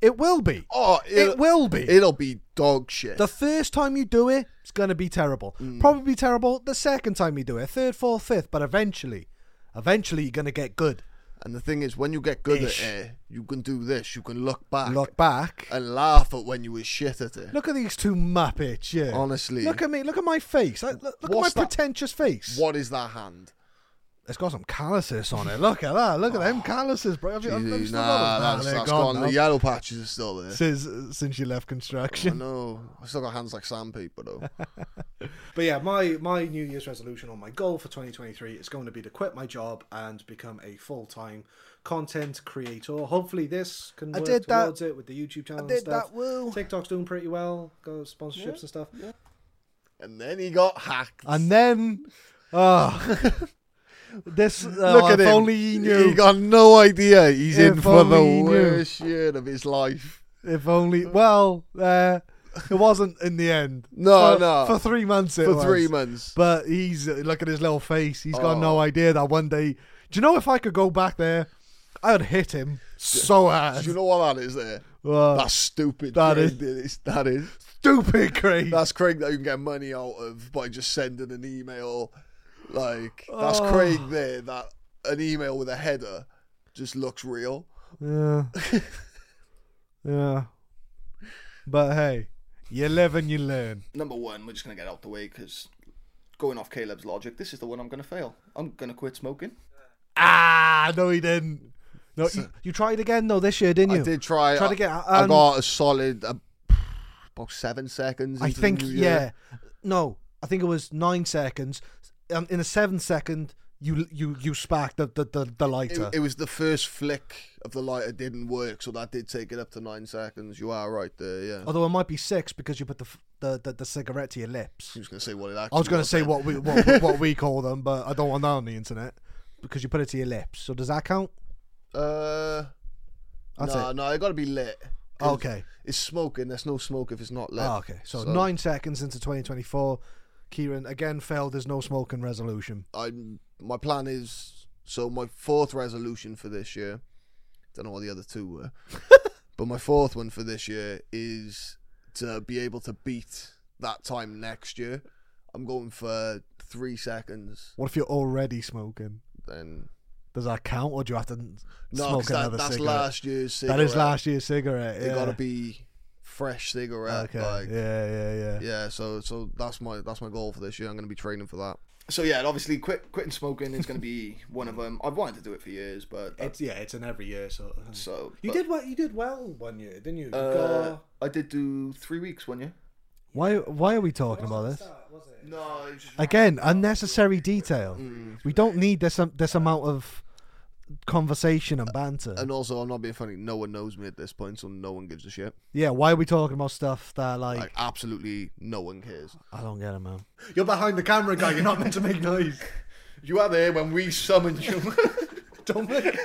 Speaker 1: it will be.
Speaker 2: Oh,
Speaker 1: It,
Speaker 2: it'll,
Speaker 1: will be.
Speaker 2: it'll be dog shit.
Speaker 1: the first time you do it, it's gonna be terrible.
Speaker 2: Mm.
Speaker 1: Probably be terrible the second time you do it, third, fourth, fifth, but eventually, eventually you're gonna get good.
Speaker 2: and the thing is, when you get good
Speaker 1: Ish.
Speaker 2: at it, you can do this. You can look back
Speaker 1: Look back.
Speaker 2: and laugh at when you were shit at it.
Speaker 1: Look at these two muppets, yeah.
Speaker 2: Honestly.
Speaker 1: Look at me. Look at my face. Like, look look
Speaker 2: What's
Speaker 1: at my
Speaker 2: that-
Speaker 1: pretentious face.
Speaker 2: What is that hand?
Speaker 1: It's got some calluses on it. Look at that. Look at them calluses, bro. Have you, have you
Speaker 2: Jeez,
Speaker 1: still got
Speaker 2: Oh, nah,
Speaker 1: them?
Speaker 2: that's,
Speaker 1: they're
Speaker 2: that's
Speaker 1: gone
Speaker 2: gone.
Speaker 1: now.
Speaker 2: The yellow patches are still there.
Speaker 1: Since since you left
Speaker 2: I
Speaker 1: construction.
Speaker 2: know. I still got hands like sandpaper though.
Speaker 3: But yeah, my my New Year's resolution or my goal for 2023 is going to be to quit my job and become a full time content creator. Hopefully, this can
Speaker 1: I
Speaker 3: work
Speaker 1: did that.
Speaker 3: towards it with the YouTube channel
Speaker 1: did
Speaker 3: and stuff.
Speaker 1: that, Will.
Speaker 3: TikTok's doing pretty well. Go sponsorships and stuff.
Speaker 2: and then he got hacked.
Speaker 1: And then, oh, this. Oh,
Speaker 2: Look at
Speaker 1: if
Speaker 2: him.
Speaker 1: only he knew.
Speaker 2: He got no idea. He's
Speaker 1: If
Speaker 2: in for the
Speaker 1: only he knew.
Speaker 2: worst year of his life.
Speaker 1: If only. Well, uh, it wasn't in the end.
Speaker 2: No,
Speaker 1: for,
Speaker 2: no.
Speaker 1: For three months it
Speaker 2: for
Speaker 1: was.
Speaker 2: three months. Oh.
Speaker 1: But he's uh, look at his little face. He's got no idea that one day. Do you know if I could go back there, I'd hit him so hard.
Speaker 2: Do you know what that is there?
Speaker 1: Well,
Speaker 2: That's stupid.
Speaker 1: That
Speaker 2: Craig.
Speaker 1: is-
Speaker 2: It is- That is.
Speaker 1: stupid, Craig.
Speaker 2: That's Craig that you can get money out of by just sending an email. Like that's
Speaker 1: Oh.
Speaker 2: Craig there. That an email with a header just looks real.
Speaker 1: Yeah. yeah. But hey, you live and you learn.
Speaker 5: Number one, we're just gonna get out the way because going off Caleb's logic, this is the one I'm gonna fail. I'm gonna quit smoking.
Speaker 1: Ah, no, he didn't. No, you, you tried again though this year, didn't you?
Speaker 2: I did try.
Speaker 1: Try
Speaker 2: I,
Speaker 1: to get out,
Speaker 2: I
Speaker 1: um,
Speaker 2: got a solid uh, about seven seconds.
Speaker 1: I
Speaker 2: into the
Speaker 1: think
Speaker 2: new year.
Speaker 1: yeah. No, I think it was nine seconds. Um, in a seventh second, you you you sparked the the the, the lighter.
Speaker 2: It, it was the first flick of the lighter didn't work, so that did take it up to nine seconds. You are right there. Yeah.
Speaker 1: Although it might be six because you put the f- the the, the cigarette to your lips.
Speaker 2: I was gonna say what it
Speaker 1: I
Speaker 2: actually.
Speaker 1: was going to
Speaker 2: was
Speaker 1: say
Speaker 2: then.
Speaker 1: what we what, we- what we call them, but I don't want that on the internet because you put it to your lips. So does that count?
Speaker 2: Uh, no,
Speaker 1: That's
Speaker 2: no,
Speaker 1: it.
Speaker 2: it got to be lit. 'Cause
Speaker 1: Okay.
Speaker 2: It's smoking. There's no smoke if it's not lit.
Speaker 1: Ah, okay. So, nine seconds into 2024, Kieran again failed his no smoking resolution.
Speaker 2: I'm my plan is so my fourth resolution for this year. Don't know what the other two were, but my fourth one for this year is to be able to beat that time next year. I'm going for three seconds.
Speaker 1: What if you're already smoking?
Speaker 2: Then
Speaker 1: Does that count, or do you have to
Speaker 2: no, 'cause
Speaker 1: smoke
Speaker 2: that,
Speaker 1: another
Speaker 2: that's
Speaker 1: cigarette?
Speaker 2: last year's cigarette.
Speaker 1: That is last year's cigarette.
Speaker 2: They
Speaker 1: yeah.
Speaker 2: gotta be fresh cigarette.
Speaker 1: Okay.
Speaker 2: Like, yeah.
Speaker 1: yeah, yeah, yeah,
Speaker 2: So so that's my that's my goal for this year. I'm gonna be training for that.
Speaker 5: So yeah, and obviously, quit quitting smoking is gonna be one of them. I've wanted to do it for years, but
Speaker 3: It's yeah, it's an every year sort of. thing.
Speaker 2: uh,
Speaker 5: so
Speaker 3: you
Speaker 5: but,
Speaker 3: did well. You did well one year, didn't you? you
Speaker 5: Uh,
Speaker 3: got-
Speaker 5: I did do three weeks one year.
Speaker 1: Why? Why are we talking about this
Speaker 5: No,
Speaker 1: again? Unnecessary detail. We don't need this um, this amount of conversation and banter.
Speaker 2: And also, I'm not being funny. No one knows me at this point, so no one gives a shit.
Speaker 1: yeah, why are we talking about stuff that like,
Speaker 2: Like absolutely no one cares.
Speaker 1: I don't get it, man?
Speaker 3: You're behind the camera, guy. You're not meant to make noise.
Speaker 5: you are there when we summoned you.
Speaker 3: Don't make.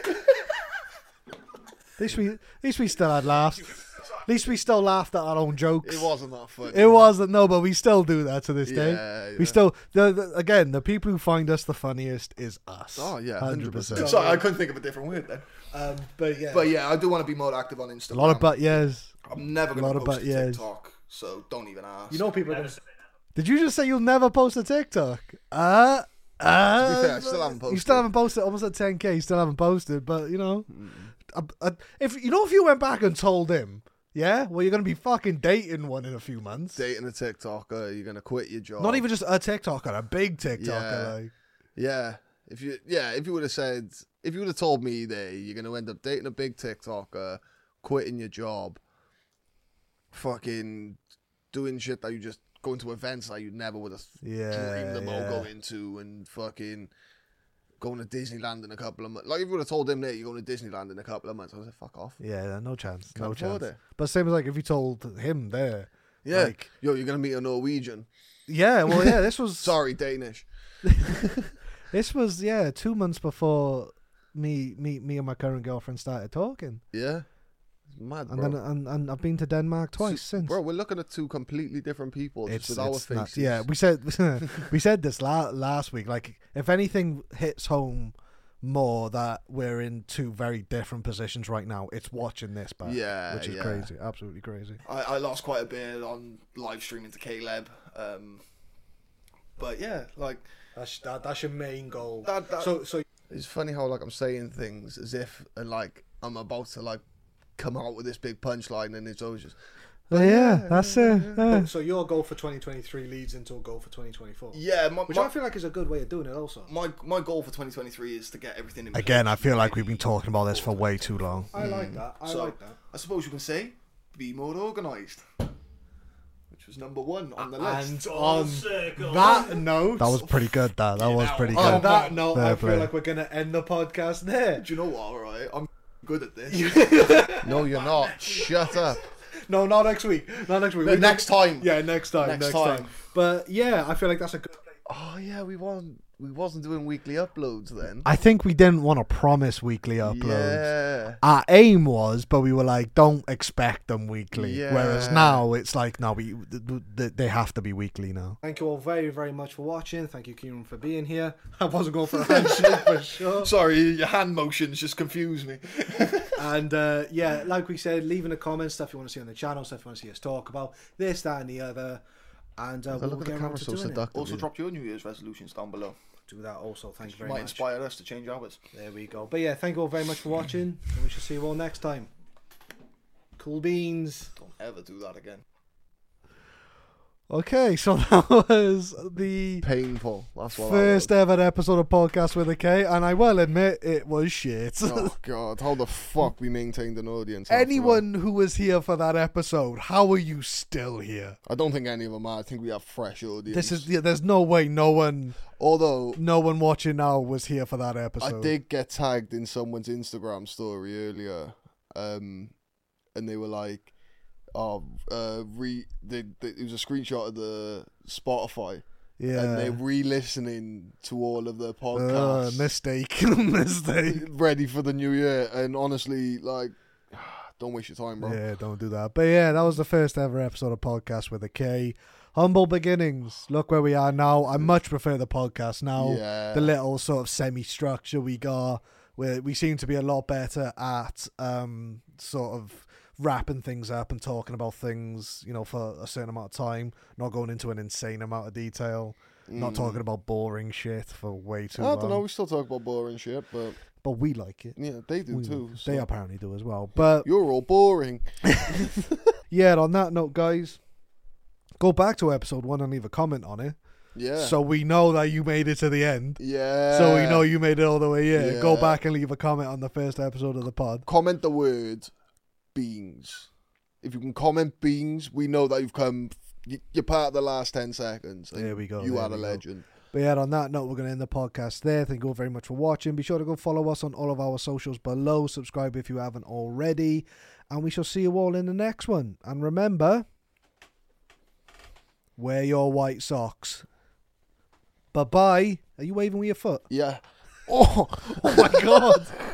Speaker 1: At least we, at least we still had laughs. At least we still laughed at our own jokes.
Speaker 2: It wasn't that funny.
Speaker 1: It wasn't no, but we still do that to this day.
Speaker 2: Yeah,
Speaker 1: We
Speaker 2: yeah.
Speaker 1: still the, the again the people who find us the funniest is us.
Speaker 2: Oh, yeah,
Speaker 1: 100%.
Speaker 2: 100%.
Speaker 5: Sorry, I couldn't think of a different word then.
Speaker 3: Um, but yeah.
Speaker 5: But yeah, I do want to be more active on Instagram.
Speaker 1: A lot of but yes.
Speaker 5: I'm never going
Speaker 1: lot
Speaker 5: to
Speaker 1: of
Speaker 5: post
Speaker 1: butt
Speaker 5: to
Speaker 1: yeahs.
Speaker 5: TikTok, so don't even ask.
Speaker 3: you know people are gonna.
Speaker 1: Did you just say you'll never post a TikTok? Uh, uh,
Speaker 2: To be fair, I still haven't
Speaker 1: You
Speaker 2: posted. Mm.
Speaker 1: still haven't posted. Almost at 10k, you still haven't posted. But you know, I- I- if you know if you went back and told him, yeah, well you're gonna be fucking dating one in a few months.
Speaker 2: dating a TikToker, you're gonna quit your job.
Speaker 1: Not even just a TikToker, a big TikToker.
Speaker 2: Yeah.
Speaker 1: Like,
Speaker 2: Yeah. If you yeah, if you would have said if you would have told me that you're gonna end up dating a big TikToker, quitting your job, fucking doing shit that you just going to events that you never would have
Speaker 1: Yeah,
Speaker 2: dreamed about
Speaker 1: yeah.
Speaker 2: going to and fucking going to Disneyland in a couple of months. Like if you would have told him that you're going to Disneyland in a couple of months, I was like, fuck off.
Speaker 1: yeah, no chance, no
Speaker 2: Can't afford
Speaker 1: chance.
Speaker 2: it.
Speaker 1: But same as like if you told him there,
Speaker 2: Yeah.
Speaker 1: Like-
Speaker 2: Yo, you're gonna meet a Norwegian.
Speaker 1: yeah, well yeah, this was
Speaker 2: Sorry, Danish.
Speaker 1: This was yeah, two months before me me me and my current girlfriend started talking,
Speaker 2: Yeah. It's mad,
Speaker 1: and
Speaker 2: bro.
Speaker 1: then and, and I've been to Denmark twice since.
Speaker 2: Bro, we're looking at two completely different people just with our faces.
Speaker 1: nuts. yeah, we said we said this la- last week. Like, if anything hits home more that we're in two very different positions right now, it's watching this back.
Speaker 2: Yeah,
Speaker 1: which is
Speaker 2: yeah.
Speaker 1: crazy, absolutely crazy.
Speaker 5: I, I lost quite a bit on live streaming to Caleb. Um, but yeah, like
Speaker 3: That's that, that's your main goal.
Speaker 5: That- that-
Speaker 3: so so
Speaker 2: It's funny how like I'm saying things as if uh, like I'm about to like come out with this big punchline, and it's always just
Speaker 1: But yeah, that's it. yeah.
Speaker 3: so your goal for 2023 leads into a goal for 2024,
Speaker 5: yeah, my
Speaker 3: which
Speaker 5: my,
Speaker 3: I feel like is a good way of doing it. Also,
Speaker 5: my my goal for 2023 is to get everything in.
Speaker 1: Again, I
Speaker 5: place.
Speaker 1: feel like we've been talking about this for way too long.
Speaker 3: I
Speaker 2: Mm.
Speaker 3: like that. I
Speaker 5: So
Speaker 3: like that.
Speaker 5: I suppose you can say be more organised, which was number one on the list.
Speaker 3: And on that note,
Speaker 1: That was pretty good. That that was pretty good.
Speaker 3: on that note,
Speaker 1: Fair
Speaker 3: I
Speaker 1: play.
Speaker 3: feel like we're gonna end the podcast there.
Speaker 5: Do you know what? All right, I'm good at this.
Speaker 2: no, you're not. Shut up.
Speaker 3: No, not next week. Not next week.
Speaker 5: No,
Speaker 3: We-
Speaker 5: next time.
Speaker 3: Yeah, next time.
Speaker 5: Next
Speaker 3: Next,
Speaker 5: time.
Speaker 3: time. But yeah, I feel like that's a good. place.
Speaker 2: Oh yeah, we wasn't we wasn't doing weekly uploads then.
Speaker 1: I think we didn't want to promise weekly uploads.
Speaker 2: Yeah.
Speaker 1: Our aim was, but we were like, don't expect them weekly. Whereas
Speaker 2: Yeah.
Speaker 1: now it's like, no, we th- th- they have to be weekly now.
Speaker 3: Thank you all very, very much for watching. Thank you, Kieran, for being here. I wasn't going for a handshake for sure.
Speaker 5: Sorry, your hand motions just confuse me.
Speaker 3: And uh, yeah, like we said, leaving a comment, stuff you want to see on the channel, stuff you want to see us talk about, this, that, and the other. And uh, we'll
Speaker 2: Look at
Speaker 3: get
Speaker 2: the
Speaker 3: around
Speaker 2: camera
Speaker 3: to
Speaker 2: so
Speaker 3: doing it.
Speaker 2: seductive.
Speaker 6: Also,
Speaker 2: yeah.
Speaker 6: drop your New Year's resolutions down below.
Speaker 3: Do that also. Thank you
Speaker 6: You
Speaker 3: very
Speaker 6: might
Speaker 3: much.
Speaker 6: inspire us to change ours.
Speaker 3: There we go. But yeah, thank you all very much for watching, and we shall see you all next time. Cool beans.
Speaker 6: Don't ever do that again.
Speaker 1: Okay, so that was the
Speaker 2: Painful. That's what
Speaker 1: first
Speaker 2: I
Speaker 1: ever episode of Podcast with a K, and I will admit it was shit.
Speaker 2: was. Oh god, how the fuck we maintained an audience? after
Speaker 1: Anyone who was here for that episode, how are you still here?
Speaker 2: that? I don't think any of them are. I think we have fresh audience.
Speaker 1: This is yeah, there's no way no one
Speaker 2: although
Speaker 1: no one watching now was here for that
Speaker 2: I
Speaker 1: episode.
Speaker 2: did get tagged in someone's Instagram story earlier, um, and they were like, "Oh, uh, re." They, they, it was a screenshot of the Spotify,
Speaker 1: yeah.
Speaker 2: and they're re-listening to all of their
Speaker 1: Uh,
Speaker 2: podcasts,
Speaker 1: mistake, mistake.
Speaker 2: ready for the new year. And honestly, like, don't waste your time, bro.
Speaker 1: Yeah, don't do that. But yeah, that was the first ever episode of podcast with a K. Humble beginnings. Look where we are now. I much prefer the podcast now.
Speaker 2: Yeah.
Speaker 1: The little sort of semi-structure we got, where we seem to be a lot better at um sort of wrapping things up and talking about things, you know, for a certain amount of time, not going into an insane amount of detail. Not talking about boring shit for way too
Speaker 2: Mm. I
Speaker 1: long.
Speaker 2: don't know. We still talk about boring shit, but
Speaker 1: But we like it.
Speaker 2: yeah, they do
Speaker 1: We
Speaker 2: too.
Speaker 1: like it.
Speaker 2: so-
Speaker 1: They apparently do as well. But
Speaker 2: You're all boring.
Speaker 1: yeah, on that note, guys, go back to episode one and leave a comment on it.
Speaker 2: Yeah.
Speaker 1: So we know that you made it to the end.
Speaker 2: yeah.
Speaker 1: So we know you made it all the way here. Go
Speaker 2: Yeah.
Speaker 1: back and leave a comment on the first episode of the pod.
Speaker 2: comment the word beans. If you can comment beans, we know that you've come. y- You're part of the last ten seconds. and
Speaker 1: There we go,
Speaker 2: You
Speaker 1: there
Speaker 2: are
Speaker 1: we
Speaker 2: a
Speaker 1: go.
Speaker 2: legend.
Speaker 1: But yeah, on that note, we're going to end the podcast there. Thank you all very much for watching. Be sure to go follow us on all of our socials below. Subscribe if you haven't already. And we shall see you all in the next one. And remember, wear your white socks. Bye bye. Are you waving with your foot?
Speaker 2: Yeah.
Speaker 1: Oh, oh my God.